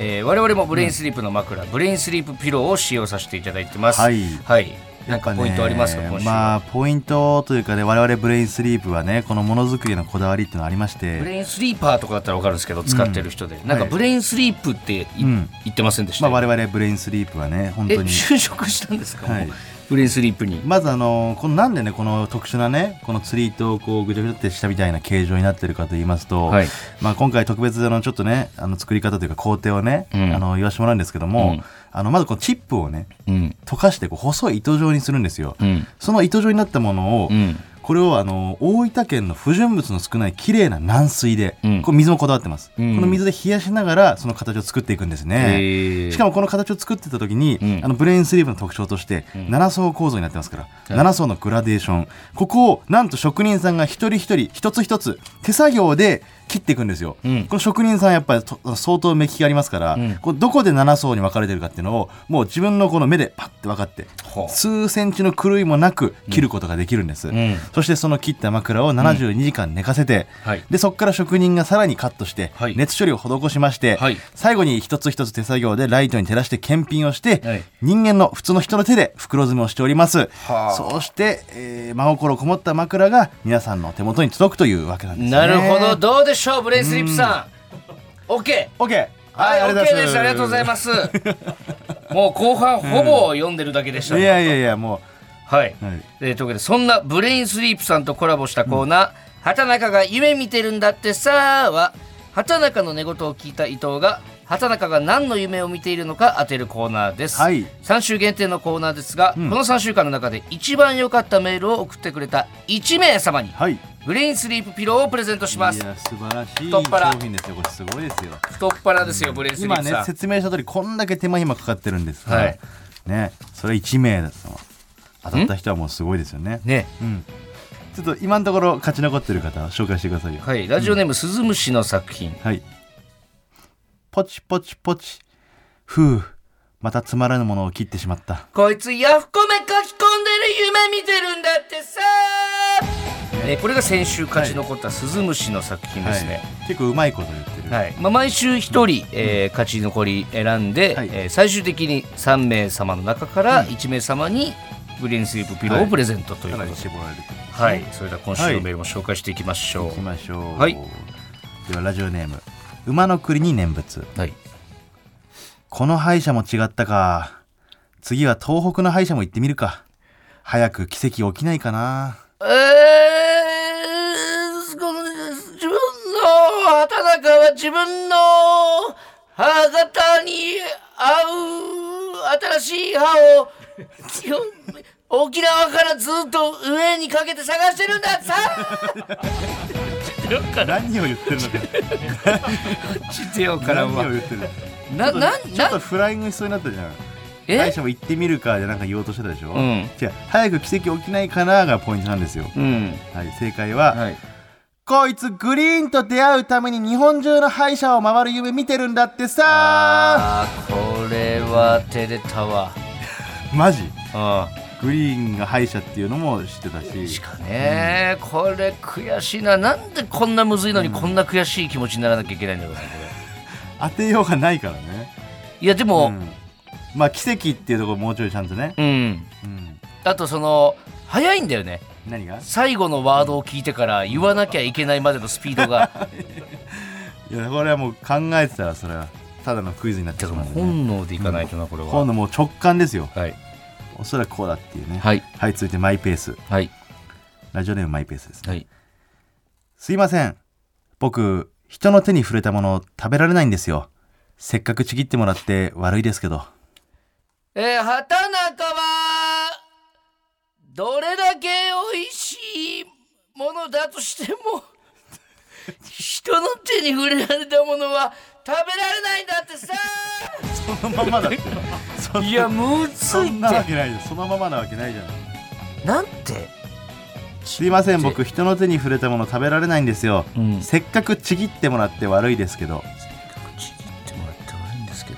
B: えー我々もブレインスリープの枕、ブレインスリープピローを使用させていただいてます
C: はい
B: なんかポイントありますか今週は、
C: まあポイントというかね我々ブレインスリープはねこのものづくりのこだわりっていうのありまし
B: ブ
C: て、
B: レインスリーパーとかだったら分かるんですけど使ってる人で、なんか
C: はい
B: ブレインスリープってい、
C: ん
B: 言ってませんでした、
C: まあ、我々ブレインスリープはね本
B: え
C: 当に
B: 就職したんですか、もう
C: はい
B: ブレインスリープに、
C: まずあのこのなんでねこの特殊なねこの釣り糸をこうぐちゃぐちゃってしたみたいな形状になってるかと言いますと、
B: はい
C: まあ、今回特別あのちょっとねあの作り方というか工程をね、
B: うん
C: あの言わせてもらうんですけど
B: う
C: も、
B: ん
C: あのまずこのチップをね
B: うん
C: 溶かしてこう細い糸状にするんですよ、
B: うん
C: その糸状になったものを、
B: うん
C: これをあの大分県の不純物の少ない綺麗な軟水で、
B: うん
C: これ水もこだわってます、
B: うん
C: この水で冷やしながらその形を作っていくんですね、
B: え
C: しかもこの形を作ってた時に、
B: うん
C: あのブレインスリーブの特徴として7層構造になってますから、7層のグラデーションここをなんと職人さんが一人一人一つ一つ手作業で切っていくんですよ、
B: うん
C: この職人さんやっぱりと相当目利きがありますから、
B: ん
C: こうどこで7層に分かれてるかっていうのをもう自分のこの目でパッて分かって
B: ほう
C: 数センチの狂いもなく切ることができるんです、
B: ん
C: そしてその切った枕を72時間寝かせて、
B: はい
C: でそこから職人がさらにカットして
B: はい
C: 熱処理を施しまして、
B: はい
C: 最後に一つ一つ手作業でライトに照らして検品をして、
B: はい
C: 人間の普通の人の手で袋詰めをしております、
B: はあ
C: そうして、えー真心こもった枕が皆さんの手元に届くというわけなんですね
B: なるほどどうでしょうブレインスリープさん OK
C: オッケー
B: はい、オッケーです。ありがとうござい
C: す
B: ます。 [LAUGHS] もう後半ほぼ読んでるだけでした、
C: いやいやいやも
B: はい、
C: う、はい
B: えーというわけでそんなブレインスリープさんとコラボしたコーナー「畑中が夢見てるんだってさ」は畑中の寝言を聞いた伊藤が畑中が何の夢を見ているのか当てるコーナーです、
C: はい
B: 3週限定のコーナーですが、この3週間の中で一番良かったメールを送ってくれた1名様に
C: はい
B: ブレインスリープピローをプレゼントします
C: いや素晴らしい
B: 太
C: 商
B: っ腹
C: 品ですよこれすごいですよ
B: 太っ腹ですよ、ブレインスリー
C: 今
B: プさん
C: ね説明した通りこんだけ手間暇かかってるんですから、
B: はい
C: ねそれ1名だったの当たった人はもうすごいですよね
B: ね
C: うんちょっと今のところ勝ち残ってる方は紹介してくださいよはい、
B: はいラジオネーム、スズムシの作品
C: ポチポチポチふうまたつまらぬものを切ってしまった
B: こいつヤフコメ書き込んでる夢見てるんだってさ、えーこれが先週勝ち残ったスズムシの作品ですね、
C: はい結構うまいこと言ってる、
B: はいまあ、毎週1人、えー勝ち残り選んで、
C: はい
B: えー最終的に3名様の中から1名様にグリーンスリープピローをプレゼントというこ
C: か
B: とで
C: なり、絞られて
B: はいそれでは今週のメールも紹介していきましょ
C: いき
B: う、
C: ましょう、
B: はい
C: ではラジオネーム「馬の栗に念仏
B: はい」
C: この歯医者も違ったか次は東北の歯医者も行ってみるか早く奇跡起きないかな
B: えー、この自分の畑中は自分の歯型に合う新しい歯を沖縄からずっと上にかけて探してるんださ
C: [LAUGHS] 何を言ってるのか
B: してよから
C: 何を言ってる
B: な
C: の
B: な
C: ちょっ
B: な
C: とフライングしそうになったじゃん歯医
B: え
C: 者も行ってみるかじゃなんか言おうとしてたでしょ、
B: うん
C: じゃ早く奇跡起きないかながポイントなんですよ、
B: うん
C: はい、正解は、
B: はい
C: こいつグリーンと出会うために日本中の歯医者を回る夢見てるんだってさ
B: あーこれは照れたわ
C: マジ
B: うん
C: グリーンが歯医者っていうのも知ってたし
B: しかね、これ悔しいななんでこんなむずいのにこんな悔しい気持ちにならなきゃいけないんだろうなこれ
C: 当てようがないからね、
B: いやで
C: う
B: も
C: ん、まあ奇跡っていうところもうちょいちゃんとね、
B: うん、
C: うん、
B: あとその早いんだよね
C: 何が
B: 最後のワードを聞いてから言わなきゃいけないまでのスピード [LAUGHS] が
C: いやこれはもう考えてたらそれはただのクイズになってしまうんでね、
B: 本能でいかないとなこれは、
C: 今度もう直感ですよ
B: はい
C: おそらくこうだっていうね
B: はい
C: はい、続いてマイペース
B: はい
C: ラジオネームマイペースですね
B: はい
C: すいません。僕、人の手に触れたもの食べられないんですよ。せっかくちぎってもらって悪いですけど。
B: えー、畑中はどれだけ美味しいものだとしても [LAUGHS] 人の手に触れられたものは食べられないんだってさ
C: そのままだって。そ
B: いやむず
C: そ
B: いって
C: んなわけないよ。そのままなわけないじゃん。
B: なんて
C: すいません、僕、人の手に触れたもの食べられないんですよ。
B: うん
C: せっかくちぎってもらって悪いですけど。
B: 口切ってもらって悪いんですけど、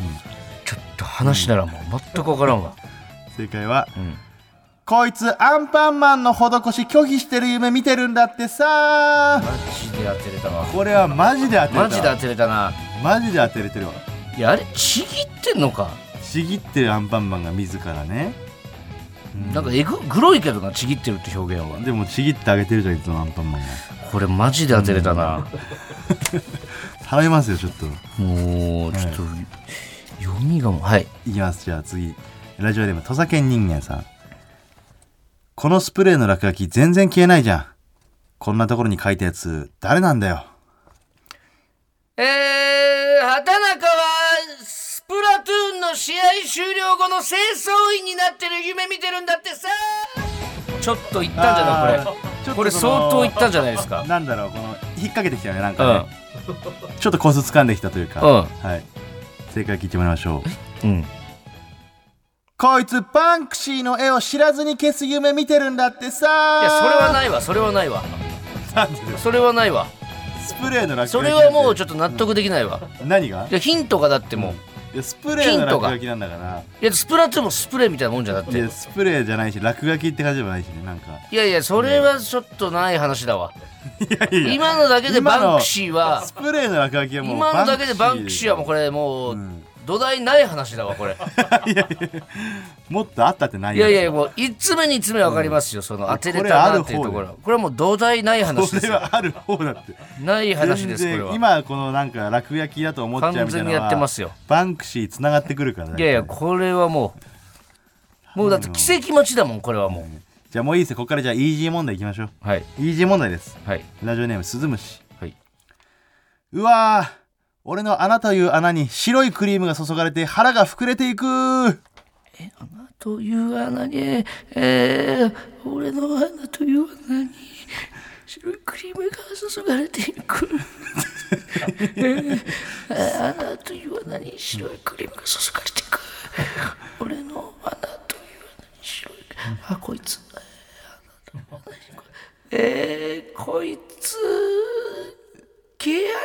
B: ちょっと話ならもう全く分からんわ、
C: 正解は、
B: うん
C: こいつアンパンマンの施し拒否してる夢見てるんだってさ
B: マジで当てれたわ
C: これはマジで当てれたわ
B: マジで当てれたな
C: マジで当てれてるわ
B: いやあれちぎってんのか、
C: ちぎってるアンパンマンが自らね
B: なんかえぐグロいけどなちぎってるって表現は
C: でもちぎってあげてるじゃんいつもアンパンマンが
B: これマジで当てれたな、
C: 頼みますよちょっと
B: もうちょっと、読みがもうはい
C: いきますじゃあ次ラジオでも土佐犬人間さんこのスプレーの落書き全然消えないじゃんこんなところに書いたやつ誰なんだよ
B: えー、畑中はスプラトゥーンの試合終了後の清掃員になってる夢見てるんだってさちょっといったんじゃないこ
C: あーちょ
B: れ
C: っとその
B: これ相当いったんじゃないですか
C: なんだろうこの引っ掛けてきたよねなんかね、ちょっとコス掴んできたというか、
B: うん
C: はい正解聞いてもらいましょう
B: うん
C: こいつバンクシーの絵を知らずに消す夢見てるんだってさ
B: いやそれはないわそれはないわ
C: なんでだよ
B: それはないわ
C: スプレーの落
B: そ
C: 書き
B: れはもうちょっと納得できないわ
C: と何が
B: いやヒントがだってもう
C: いやスプレーの落書きなんだから
B: いやスプラトゥーンもスプレーみたいなもんじゃなく
C: い
B: て
C: やスプレーじゃないし落書きって感じでもないしねなんか
B: いやいやそれはちょっとない話だわ
C: [LAUGHS] いやいや
B: 今のだけでバンクシーは
C: スプレーの落書きはもう
B: 今のだけでバンクシーはもうこれもう土台ない話だわ
C: [LAUGHS]
B: これ
C: もっとあったってない
B: いやいやもう一つ目二つ目分かりますよその当てれたなっていうところこれはもう土台ない話
C: そ
B: です
C: れ
B: よ
C: はある方だって
B: ない話ですこれ
C: 全然
B: は
C: 今このなんか落書きだと思っちゃうみたいなのは
B: 完全にやってますよ
C: バンクシーつながってくるからね
B: いやいやこれはもうもうだって奇跡待ちだもんこれはもう
C: じゃあもういいですよここからじゃあイージー問題いきましょう
B: はい
C: イージー問題です
B: はい
C: ラジオネームスズムシ
B: はいう
C: わー俺の穴という穴に白いクリームが注がれて腹が膨れていく
B: という穴に、えー、俺の穴という穴に白いクリームが注がれていく。 [LAUGHS] えーえー穴という穴に白いクリームが注がれていく。俺の穴という穴に白い。あ、こいつ。えー、こいつ。毛穴になっ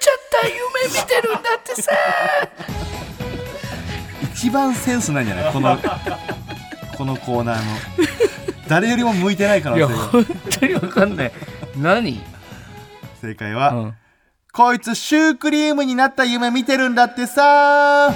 B: ちゃった夢見てるんだってさ。
C: 一番センスないんじゃないこの [LAUGHS] このコーナーの誰よりも向いてない可能
B: い
C: 性
B: や
C: が
B: 本当にわかんない何、
C: 正解
B: う
C: は、
B: ん、
C: こいつシュークリームになった夢見てるんだってさ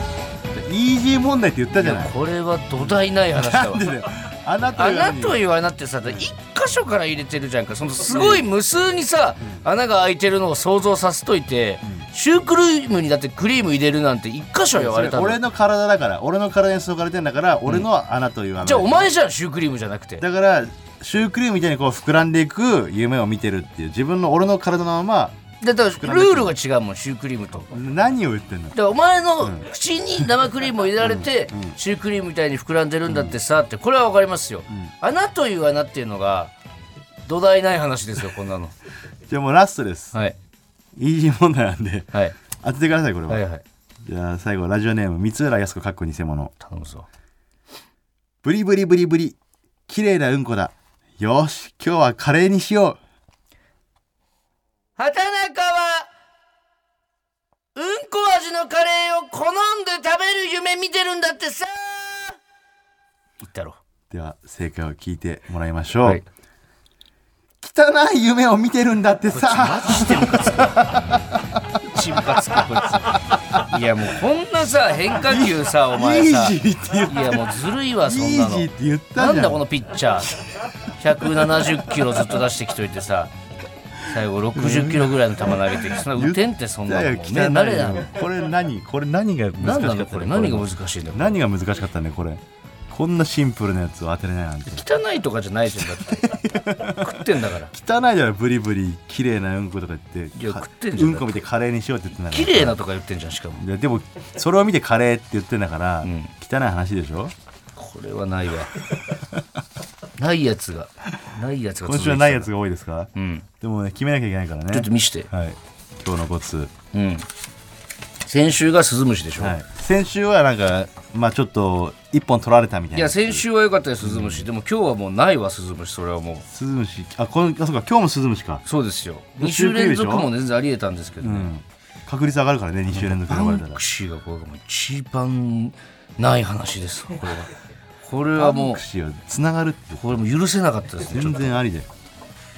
C: イージー問題って言ったじゃない
B: これは土台ない話
C: [LAUGHS]
B: だ
C: な
B: わ
C: んでだよあなた
B: 穴
C: より
B: という穴ってさ一箇所から入れてるじゃんかそのすごい無数にさ、穴が開いてるのを想像させといて、シュークリームにだってクリーム入れるなんて一箇所言われた
C: 俺
B: の
C: の体だから俺の体に注がれてんだから俺の穴という穴、
B: じゃあお前じゃんシュークリームじゃなくて
C: だからシュークリームみたいにこう膨らんでいく夢を見てるっていう自分の俺の体のまま
B: だだからルールが違うもんシュークリームと。
C: 何を言ってんの
B: だからお前の口に生クリームを入れられてシュークリームみたいに膨らんでるんだってさってこれは分かりますよ、穴という穴っていうのが土台ない話ですよこんなの
C: じゃあもうラストで
B: [LAUGHS]
C: す
B: はい
C: イージー問題なんで
B: はい
C: 当ててくださいこれは、
B: はいはい
C: じゃあ最後ラジオネーム三浦靖子かっこ偽物
B: 頼むぞ
C: ブリブリブリブリ綺麗なうんこだよし今日はカレーにしよ
B: 畑中はうんこ味のカレーを好んで食べる夢見てるんだってさ言ったろ
C: うでは正解を聞いてもらいましょう、
B: はい
C: 汚い夢を見てるんだってさ
B: チンパツかこいついやもうこんなさ変化球さお
C: イ
B: 前さ
C: ージーって言っ
B: いやもうずるいわそん
C: イ
B: な
C: ー
B: の
C: ジーって言ったじゃ
B: なんんだこのピッチャー170キロずっと出してきといてさ最後60キロぐらいの球投げてきてそんな打てんってそんなもんね
C: 言ったよ汚い
B: 慣れなの
C: これ何これ何が難しか
B: 何
C: った
B: な
C: ね
B: のこれ何が難しいんだよ
C: 何が難しかったねこれこんなシンプルなやつを当てれないなんて
B: 汚いとかじゃないじゃんだって食ってんだから
C: 汚いじゃないブリブリ綺麗なうんことか言って
B: いや
C: か
B: 食ってんじゃ
C: うんんこ見てカレーにしようって言ってんだから
B: 綺麗なとか言ってんじゃんしかも
C: いやでもそれを見てカレーって言ってんだから、
B: ん
C: 汚い話でしょ
B: これはないわないやつがないやつが続い
C: 今
B: て
C: 週は
B: た
C: ないやつが多いですか、
B: うん
C: でもね決めなきゃいけないからね
B: ちょっと見して
C: はい今日のコツ、
B: うん先週がスズムシでしょ、
C: はい、先週はなんかまあちょっと一本取られたみた
B: い
C: いな
B: や先週は良かったよスズムシでも今日はもうないわスズムシそれはもう
C: スズムシあこのあそうか今日もスズムシか、
B: そうですよ
C: で
B: 2週連続
C: 中継でしょ
B: も全然ありえたんですけど
C: う
B: ね、
C: ん、確率上がるからね2週連続
B: バ
C: 選ばれた
B: ン
C: ら
B: クシーがこれがもう一番ない話です [LAUGHS] わこれはこれ
C: バ
B: は
C: ン
B: も
C: クシーはつながるって
B: うこれも許せなかった [LAUGHS] ですねちょ
C: 全
B: っと
C: 然ありで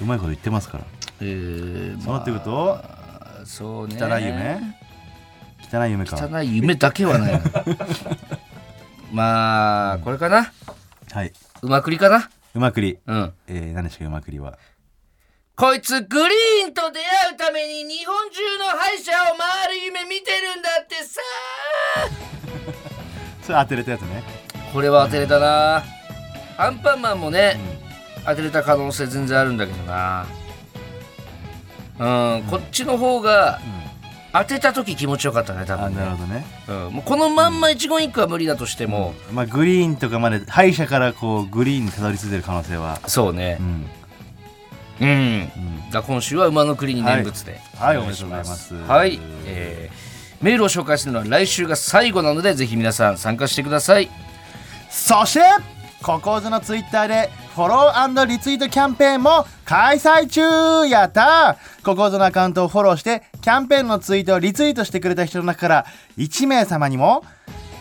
C: うまいこと言ってますから
B: えー
C: そう
B: ま
C: なってくると
B: あそうね
C: 汚い夢汚い夢か
B: 汚い夢だけは [LAUGHS] ないなまあこれかな
C: はいう
B: まくりかな
C: うまくり、
B: うん
C: えー、何でしたっけうまくりは
B: こいつグリーンと出会うために日本中の歯医者を回る夢見てるんだってさ
C: それ当てれたやつね
B: これは当てれたなアンパンマンもね、当てれた可能性全然あるんだけどなうん、こっちの方が当てた時気持ちよかったね多
C: あ
B: 分
C: なる
B: ね、
C: ほどね
B: うん、もうこのまんま一言一句は無理だとしても、
C: まあグリーンとかまで歯医者からこうグリーンにたどり着いてる可能性は
B: そうね
C: うん
B: うん、だから今週は馬の国に念仏で、
C: はいおめでとうございます
B: はい、えーメールを紹介するのは来週が最後なのでぜひ皆さん参加してください
C: そしてココーズのツイッターでフォローリツイートキャンペーンも開催中やったーココーズのアカウントをフォローしてキャンペーンのツイートをリツイートしてくれた人の中から1名様にも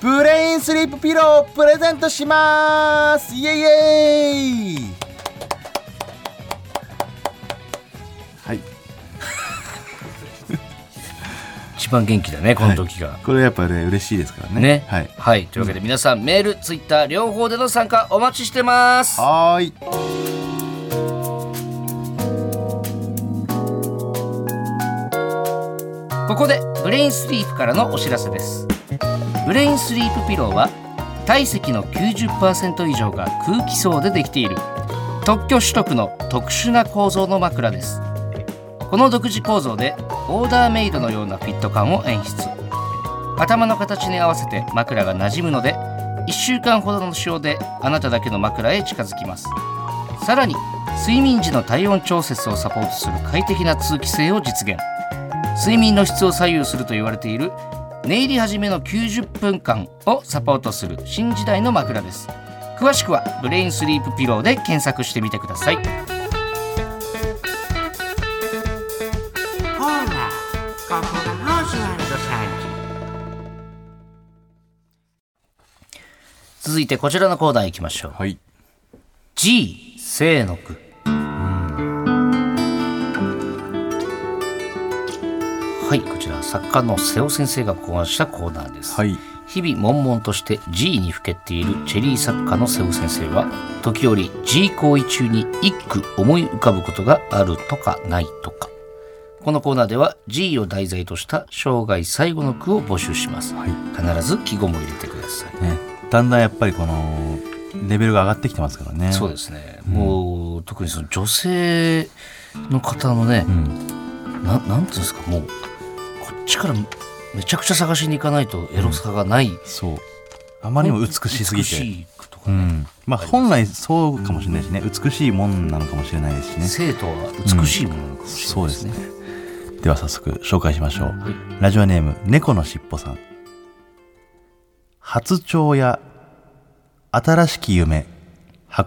C: ブレインスリープピローをプレゼントしますイエイイエイはい
B: 一番元気だねこの時が、
C: これやっぱね嬉しいですからね
B: ね、
C: はい
B: というわけで皆さん、メールツイッター両方での参加お待ちしてます
C: はーい
B: ここでブレインスリープからのお知らせですブレインスリープピローは体積の90%以上が空気層でできている特許取得の特殊な構造の枕ですこの独自構造でオーダーメイドのようなフィット感を演出頭の形に合わせて枕が馴染むので1週間ほどの使用であなただけの枕へ近づきますさらに睡眠時の体温調節をサポートする快適な通気性を実現睡眠の質を左右すると言われている寝入り始めの90分間をサポートする新時代の枕です詳しくはブレインスリープピローで検索してみてください
A: Hola, Coco Roger and Sandy.
B: 続いてこちらのコーナー行きましょう。
C: はい。
B: G 清の句、はいこちら作家の瀬尾先生が考案したコーナーです、
C: はい。
B: 日々悶々として G にふけっているチェリー作家の瀬尾先生は時折 G 行為中に一句思い浮かぶことがあるとかないとかこのコーナーでは G を題材とした生涯最後の句を募集します、
C: はい
B: 必ず季語も入れてください
C: ね、だんだんやっぱりこの、レベルが上がってきてますからね。
B: そう
C: で
B: ですね、もう特にその女性の方のね、
C: ん。
B: ななんていうんですかもうこっちからめちゃくちゃ探しに行かないとエロさがない、
C: そう。あまりにも美しすぎ
B: 美
C: て。
B: しい句とか
C: う
B: ね、
C: ん。まあ本来そうかもしれないしね。美しいもんなのかもしれないですしね。
B: 生徒は美しいものなのかもしれな
C: そう
B: い
C: で
B: です
C: す
B: ね,、
C: ね。では早速紹介しましょう。
B: はい
C: ラジオネーム、猫のしっぽさん。初蝶や、新しき夢、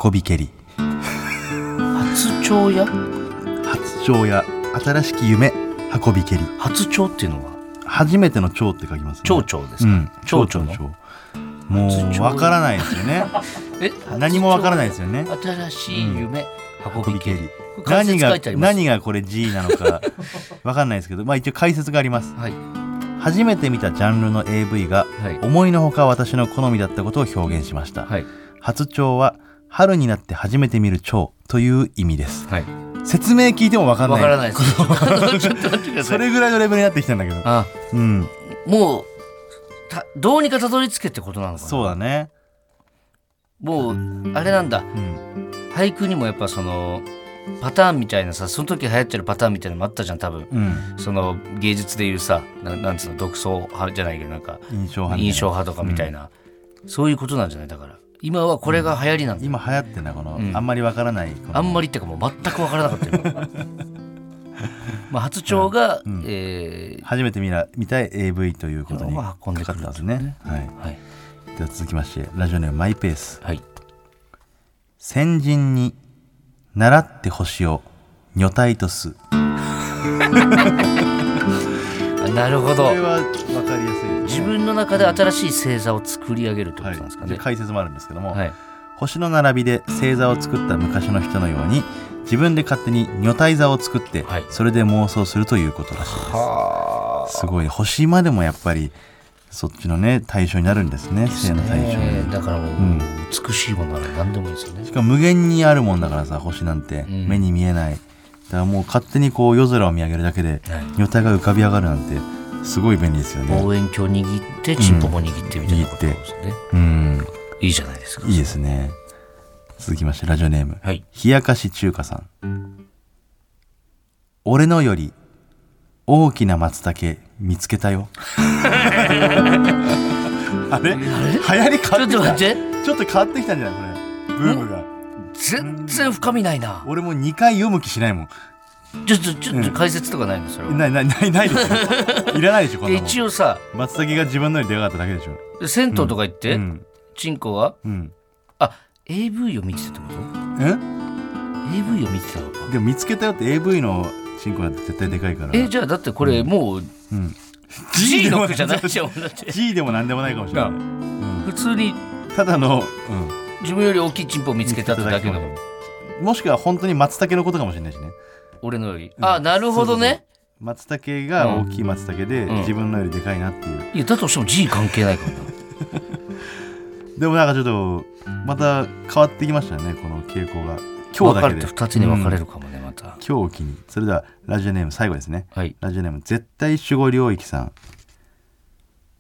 C: 運び蹴り。
B: 初蝶や
C: 初蝶や、新しき夢、運び蹴り。
B: 初蝶っていうのは
C: 初めての蝶って書きますね。
B: 蝶々です
C: う
B: か、
C: ん。
B: 蝶々の
C: 蝶も
B: 初
C: う、
B: 蝶
C: わからないですよね。
B: え
C: 何もわからないですよね。
B: 新しい夢、運び蹴りこれ解
C: 何
B: 説書
C: が
B: いてあ、ります
C: 何がこれ G なの
B: [LAUGHS]
C: か、わかんないですけど、まあ一応解説があります。
B: はい
C: 初めて見たジャンルの AV が、
B: はい
C: 思いのほか私の好みだったことを表現しました。
B: はい
C: 初蝶は春になって初めて見る蝶という意味です
B: はい
C: 説明聞いても分かんな
B: わ
C: い
B: からないです [LAUGHS] ちょっと待ってくださ
C: そ
B: い
C: れぐらいのレベルになってきたんだけど
B: あ
C: うん
B: もうたどうにかたどり着けってことなのかな
C: そうだね、
B: もうあれなんだ
C: うん、
B: 俳句にもやっぱそのパターンみたいなさその時流行ってるパターンみたいなのもあったじゃん多分
C: うん
B: その芸術でいうさななんつうの独創派じゃないけどなんか
C: 印象派ね
B: 印象派とかみたいな、そういうことなんじゃないだから今はこれが流行りなんだよ、
C: 今流行ってんだこの、
B: うん
C: あんまり分からないこの
B: あんまりってかもう全く分からなかった [LAUGHS] よまあ初蝶が、えー
C: 初めて見ら見たい AV ということに
B: まあ
C: か
B: 運んでく
C: か
B: る
C: ったんですね、はい、
B: はい
C: では続きましてラジオネームマイペース
B: はい
C: 先人に習って星を女体とす
B: あなるほ
C: こ
B: ど
C: れは分かりやすいです
B: 自
C: ね
B: 分の中で新しい星座を作り上げるってこと
C: はい
B: なんですか
C: で
B: ね、
C: 解説もあるんですけども、
B: はい、
C: 星の並びで星座を作った昔の人のように自分で勝手に女体座を作って、
B: はい
C: それで妄想するということらしいですすごい星までもやっぱりそっちのね対象になるんですね性の対象に、
B: ねえだからもう、
C: ん
B: 美しいものなら何でもいいですよね
C: しかも無限にあるもんだからさ星なんて
B: ん
C: 目に見えない、だからもう勝手にこう夜空を見上げるだけで
B: はい
C: 女体が浮かび上がるなんてすごい便利ですよね
B: 望遠鏡握ってチンポも握ってみたいなことですね、
C: うん
B: いいじゃないですか
C: いいですね続きましてラジオネーム
B: はい
C: 冷やかし中華さん俺のより大きな松茸見つけ
B: [LAUGHS]
C: たよあれ流行り
B: ち
C: 変
B: ょ
C: わ
B: っと待
C: ってきた
B: って
C: ちょっと変わってきたんじゃないこれブームが
B: 全然深みないな
C: 俺もう2回読む気しないもん
B: ちょっとちょっと解説とかないのそれは、
C: ないないないないですよいらないでしょこん
B: で
C: なもん
B: 一応さ
C: 松茸が自分のよりでかかっただけでしょ
B: 銭湯とか行って、
C: うん
B: チンコは
C: うん
B: あ AV を見てたってこと AV を見てたのか
C: えでも見つけたよって AV のチンコなんて絶対でかいから
B: えじゃあだってこれもう G の句じゃない [LAUGHS] じゃんだって
C: G でもなんでもないかもしれない、
B: 普通に
C: ただの、
B: 自分より大きいチンポを見つけたってだけだもん
C: もしくは本当に松茸のことかもしれないしね
B: 俺のより、あなるほどね
C: 松茸が大きい松茸で、
B: うん
C: 自分のよりでかいなっていう
B: いやだとしても G 関係ないからな
C: でもなんかちょっとまた変わってきましたよねこの傾向が今
B: 分か
C: 日だ
B: れ
C: け
B: て
C: で
B: 2つに分かれるかもね、また
C: 今日を機にそれではラジオネーム最後ですね
B: はい
C: ラジオネーム絶対守護領域さん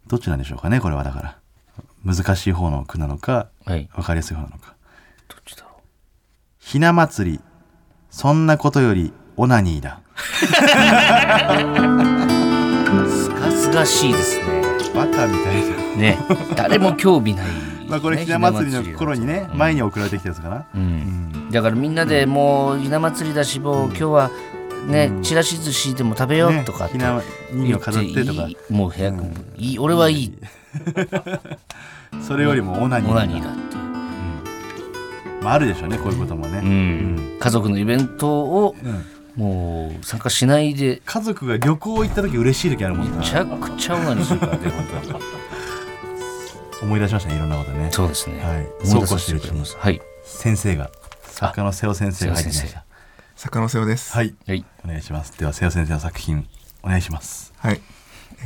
C: どっちなんでしょうかねこれはだから難しい方の句なのか
B: はい
C: 分かりやすい方なのか
B: どっちだろう
C: ひな祭りそんなことよりオナニーだ
B: すがすがしいです
C: バカみたい
B: [LAUGHS]
C: な
B: ねね誰も興味ない、
C: [LAUGHS] まあこれ
B: ね
C: ひな祭りの頃にね
B: うん
C: 前に送られてきたやつかな、
B: うんだからみんなでもうひな祭りだしもう今日はねちらし寿司でも食べようとかって
C: ひな人形飾ってとか
B: 言っていいもう部屋、いい俺はいい
C: それよりもオナニー
B: オナ
C: が
B: ニーだって、
C: まあ、あるでしょうねこういうこともね、
B: うん、家族のイベントをもう参加しないで
C: 家族が旅行行った時嬉しい時あるもん
B: め
C: な [LAUGHS]
B: ちゃくちゃオナニーするからね本当に
C: 思い出しましたねいろんなことね
B: そうですね。
C: はい
B: 思い出させくれま
C: そうこうしてるうち
B: す
C: に
B: はい。
C: 先生が作家の瀬尾先生が入ってきま
B: 瀬
C: し
B: 尾
C: た
D: 坂野瀬尾です。
C: はい
B: はい。
C: お願いしますでは瀬尾先生の作品お願いします
D: はい。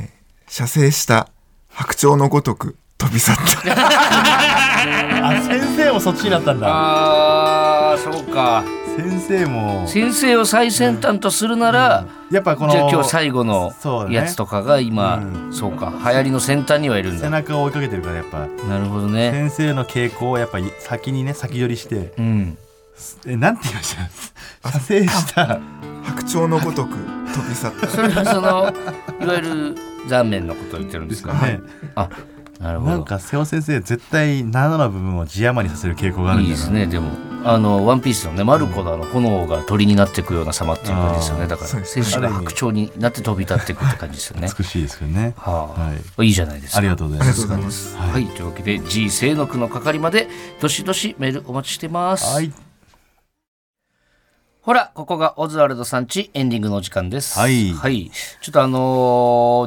D: えー射精した白鳥のごとく飛び去った。
C: あ先生もそっちになったんだ
B: ああ、そうか。
C: 先生も
B: 先生を最先端とするなら、
C: やっぱこの
B: じゃあ今日最後の
C: そうだね
B: やつとかが今、そう,、か、流行りの先端にはいるん
C: 背
B: だ。
C: 中を追いかけてるからやっぱ
B: なるほどね。
C: 先生の傾向をやっぱり先にね先取りして
B: うん。
C: えなんて言いました射精した
D: 白鳥のごとく飛び去っ
B: [LAUGHS]
D: た。
B: それはその、いわゆる残念なことを言ってるんで
C: ですす
B: か
C: か
B: ね
C: ね。
B: あ、なるほど。
C: なんか瀬尾先生絶対7の部分を字余りさせる傾向がある
B: い
C: ん
B: い
C: じ
B: で
C: ゃ
B: す
C: ない
B: ねでもあの「ワンピースのねマルコのあの炎が鳥になっていくような様っていう感じですよねだか
D: そう
B: ら
D: です
B: 選
D: ね
B: 手が白鳥になって飛び立っていくって感じですよね
C: 美しいですよね
B: はあ、
C: はい
B: い、いじゃないですか
C: ありがとうございま
D: あり
C: す
D: がとうございます
B: はい、というわけで G 清の句の係までどしどしメールお待ちしてます、
C: はい
B: ほらここがオズワルドさんちエンディングのお時間です
C: はい
B: ちょっとあの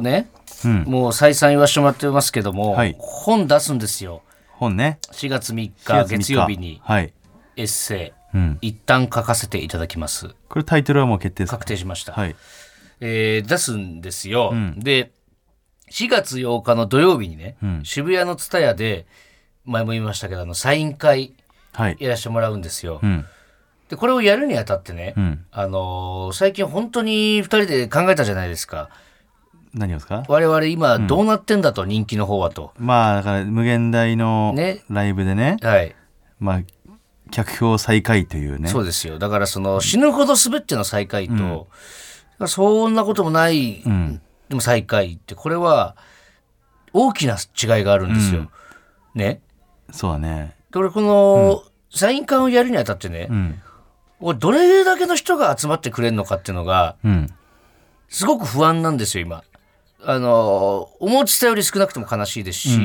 B: ーね
C: うん
B: もう再三言わせてもらってますけども、
C: はい
B: 本出すんですよ
C: 本ね
B: 4月3日
C: 4月3日
B: 月曜日に
C: はい
B: エッセイ
C: うん
B: 一旦書かせていただきます
C: これタイトルはもう決定ですか
B: 確定しました、
C: はい
B: えー出すんですよ。で、4月8日の土曜日にね、渋谷のツタヤで、前も言いましたけど、あの、サイン会
C: はい
B: やらせてもらうんですよ。
C: うん
B: で、これをやるにあたってね、
C: ん
B: あのー最近本当に2人で考えたじゃないですか。
C: 何をですか
B: 我々今どうなってんだと、人気の方はと。
C: まあだから無限大の
B: ね
C: ライブでね
B: はい。
C: まあ客票最下位というね
B: そうですよ。だからその、死ぬほど滑っての最下位と、だからそんなこともない、でも最下位って、これは大きな違いがあるんですよ。ね。
C: そうだね
B: で俺この、サイン会をやるにあたってね、
C: うん
B: 俺どれだけの人が集まってくれるのかっていうのが
C: うん
B: すごく不安なんですよ今。あの思ってたより少なくとも悲しいですし、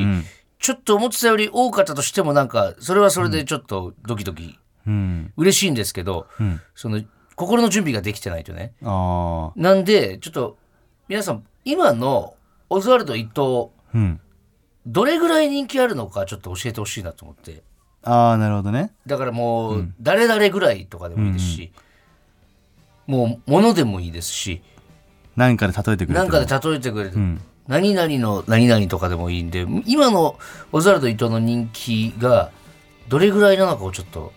B: ちょっと思ってたより多かったとしてもなんかそれはそれでちょっとドキドキ
C: うん
B: 嬉しいんですけど、その心の準備ができてないとね。
C: ああ
B: なんでちょっと皆さん今のオズワルド伊藤
C: うん
B: どれぐらい人気あるのかちょっと教えてほしいなと思って。
C: ああなるほどね
B: だからもう誰々ぐらいとかでもいいですし、もう物でもいいですし
C: 何かで例えてくれる
B: 何
C: と
B: かで例えてくれて、何々の何々とかでもいいんで今のオズワルド伊藤の人気がどれぐらいなのかをちょっと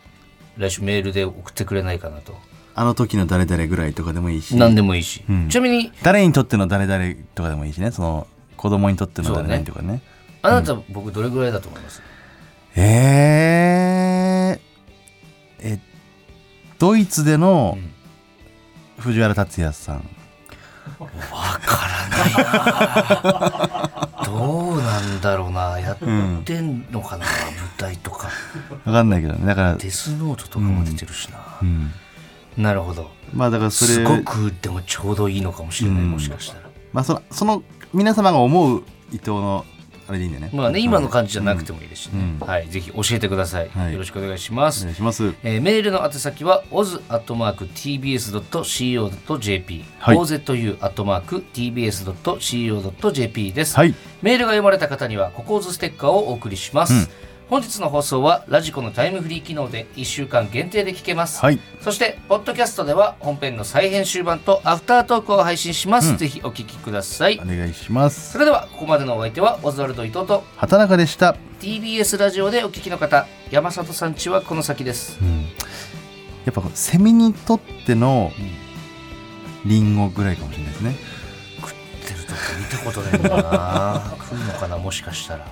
B: 来週メールで送ってくれないかなと
C: あの時の誰々ぐらいとかでもいいし
B: 何でもいいし、ちなみに
C: 誰にとっての誰々とかでもいいしねその子供にとっての誰々とかね
B: あなた僕どれぐらいだと思います、
C: えー、えドイツでの藤原竜也さん、
B: どうなんだろうなやってんのかな、舞台とか
C: わかんないけどねだから
B: デスノートとかも出てるしな、
C: ん
B: なるほど
C: まあだからそれ
B: すごくでもちょうどいいのかもしれない、もしかしたら
C: まあ、そのその皆様が思う伊藤のあれでいいんだよね
B: まあね今の感じじゃなくてもいいですしね、はいぜひ教えてください、
C: はい
B: よろしくお願いしま
C: お
B: す、
C: 願いします
B: えーメールの宛先は oz.tbs.co.jp、
C: はい
B: ozu.tbs.co.jp です、
C: はい
B: メールが読まれた方にはココーズステッカーをお送りします、本日の放送はラジコのタイムフリー機能で1週間限定で聞けます、
C: はい
B: そしてポッドキャストでは本編の再編集版とアフタートークを配信します、ぜひお聞きください
C: お願いしま
B: そ
C: す
B: れではここまでのお相手はオズワルド伊藤と
C: 畑中でした
B: TBS ラジオでお聞きの方山里さんちはこの先です、
C: やっぱこうセミにとってのリンゴぐらいかもしれないですね
B: 食ってるとこ見たことないんだな食うのかなもしかしたら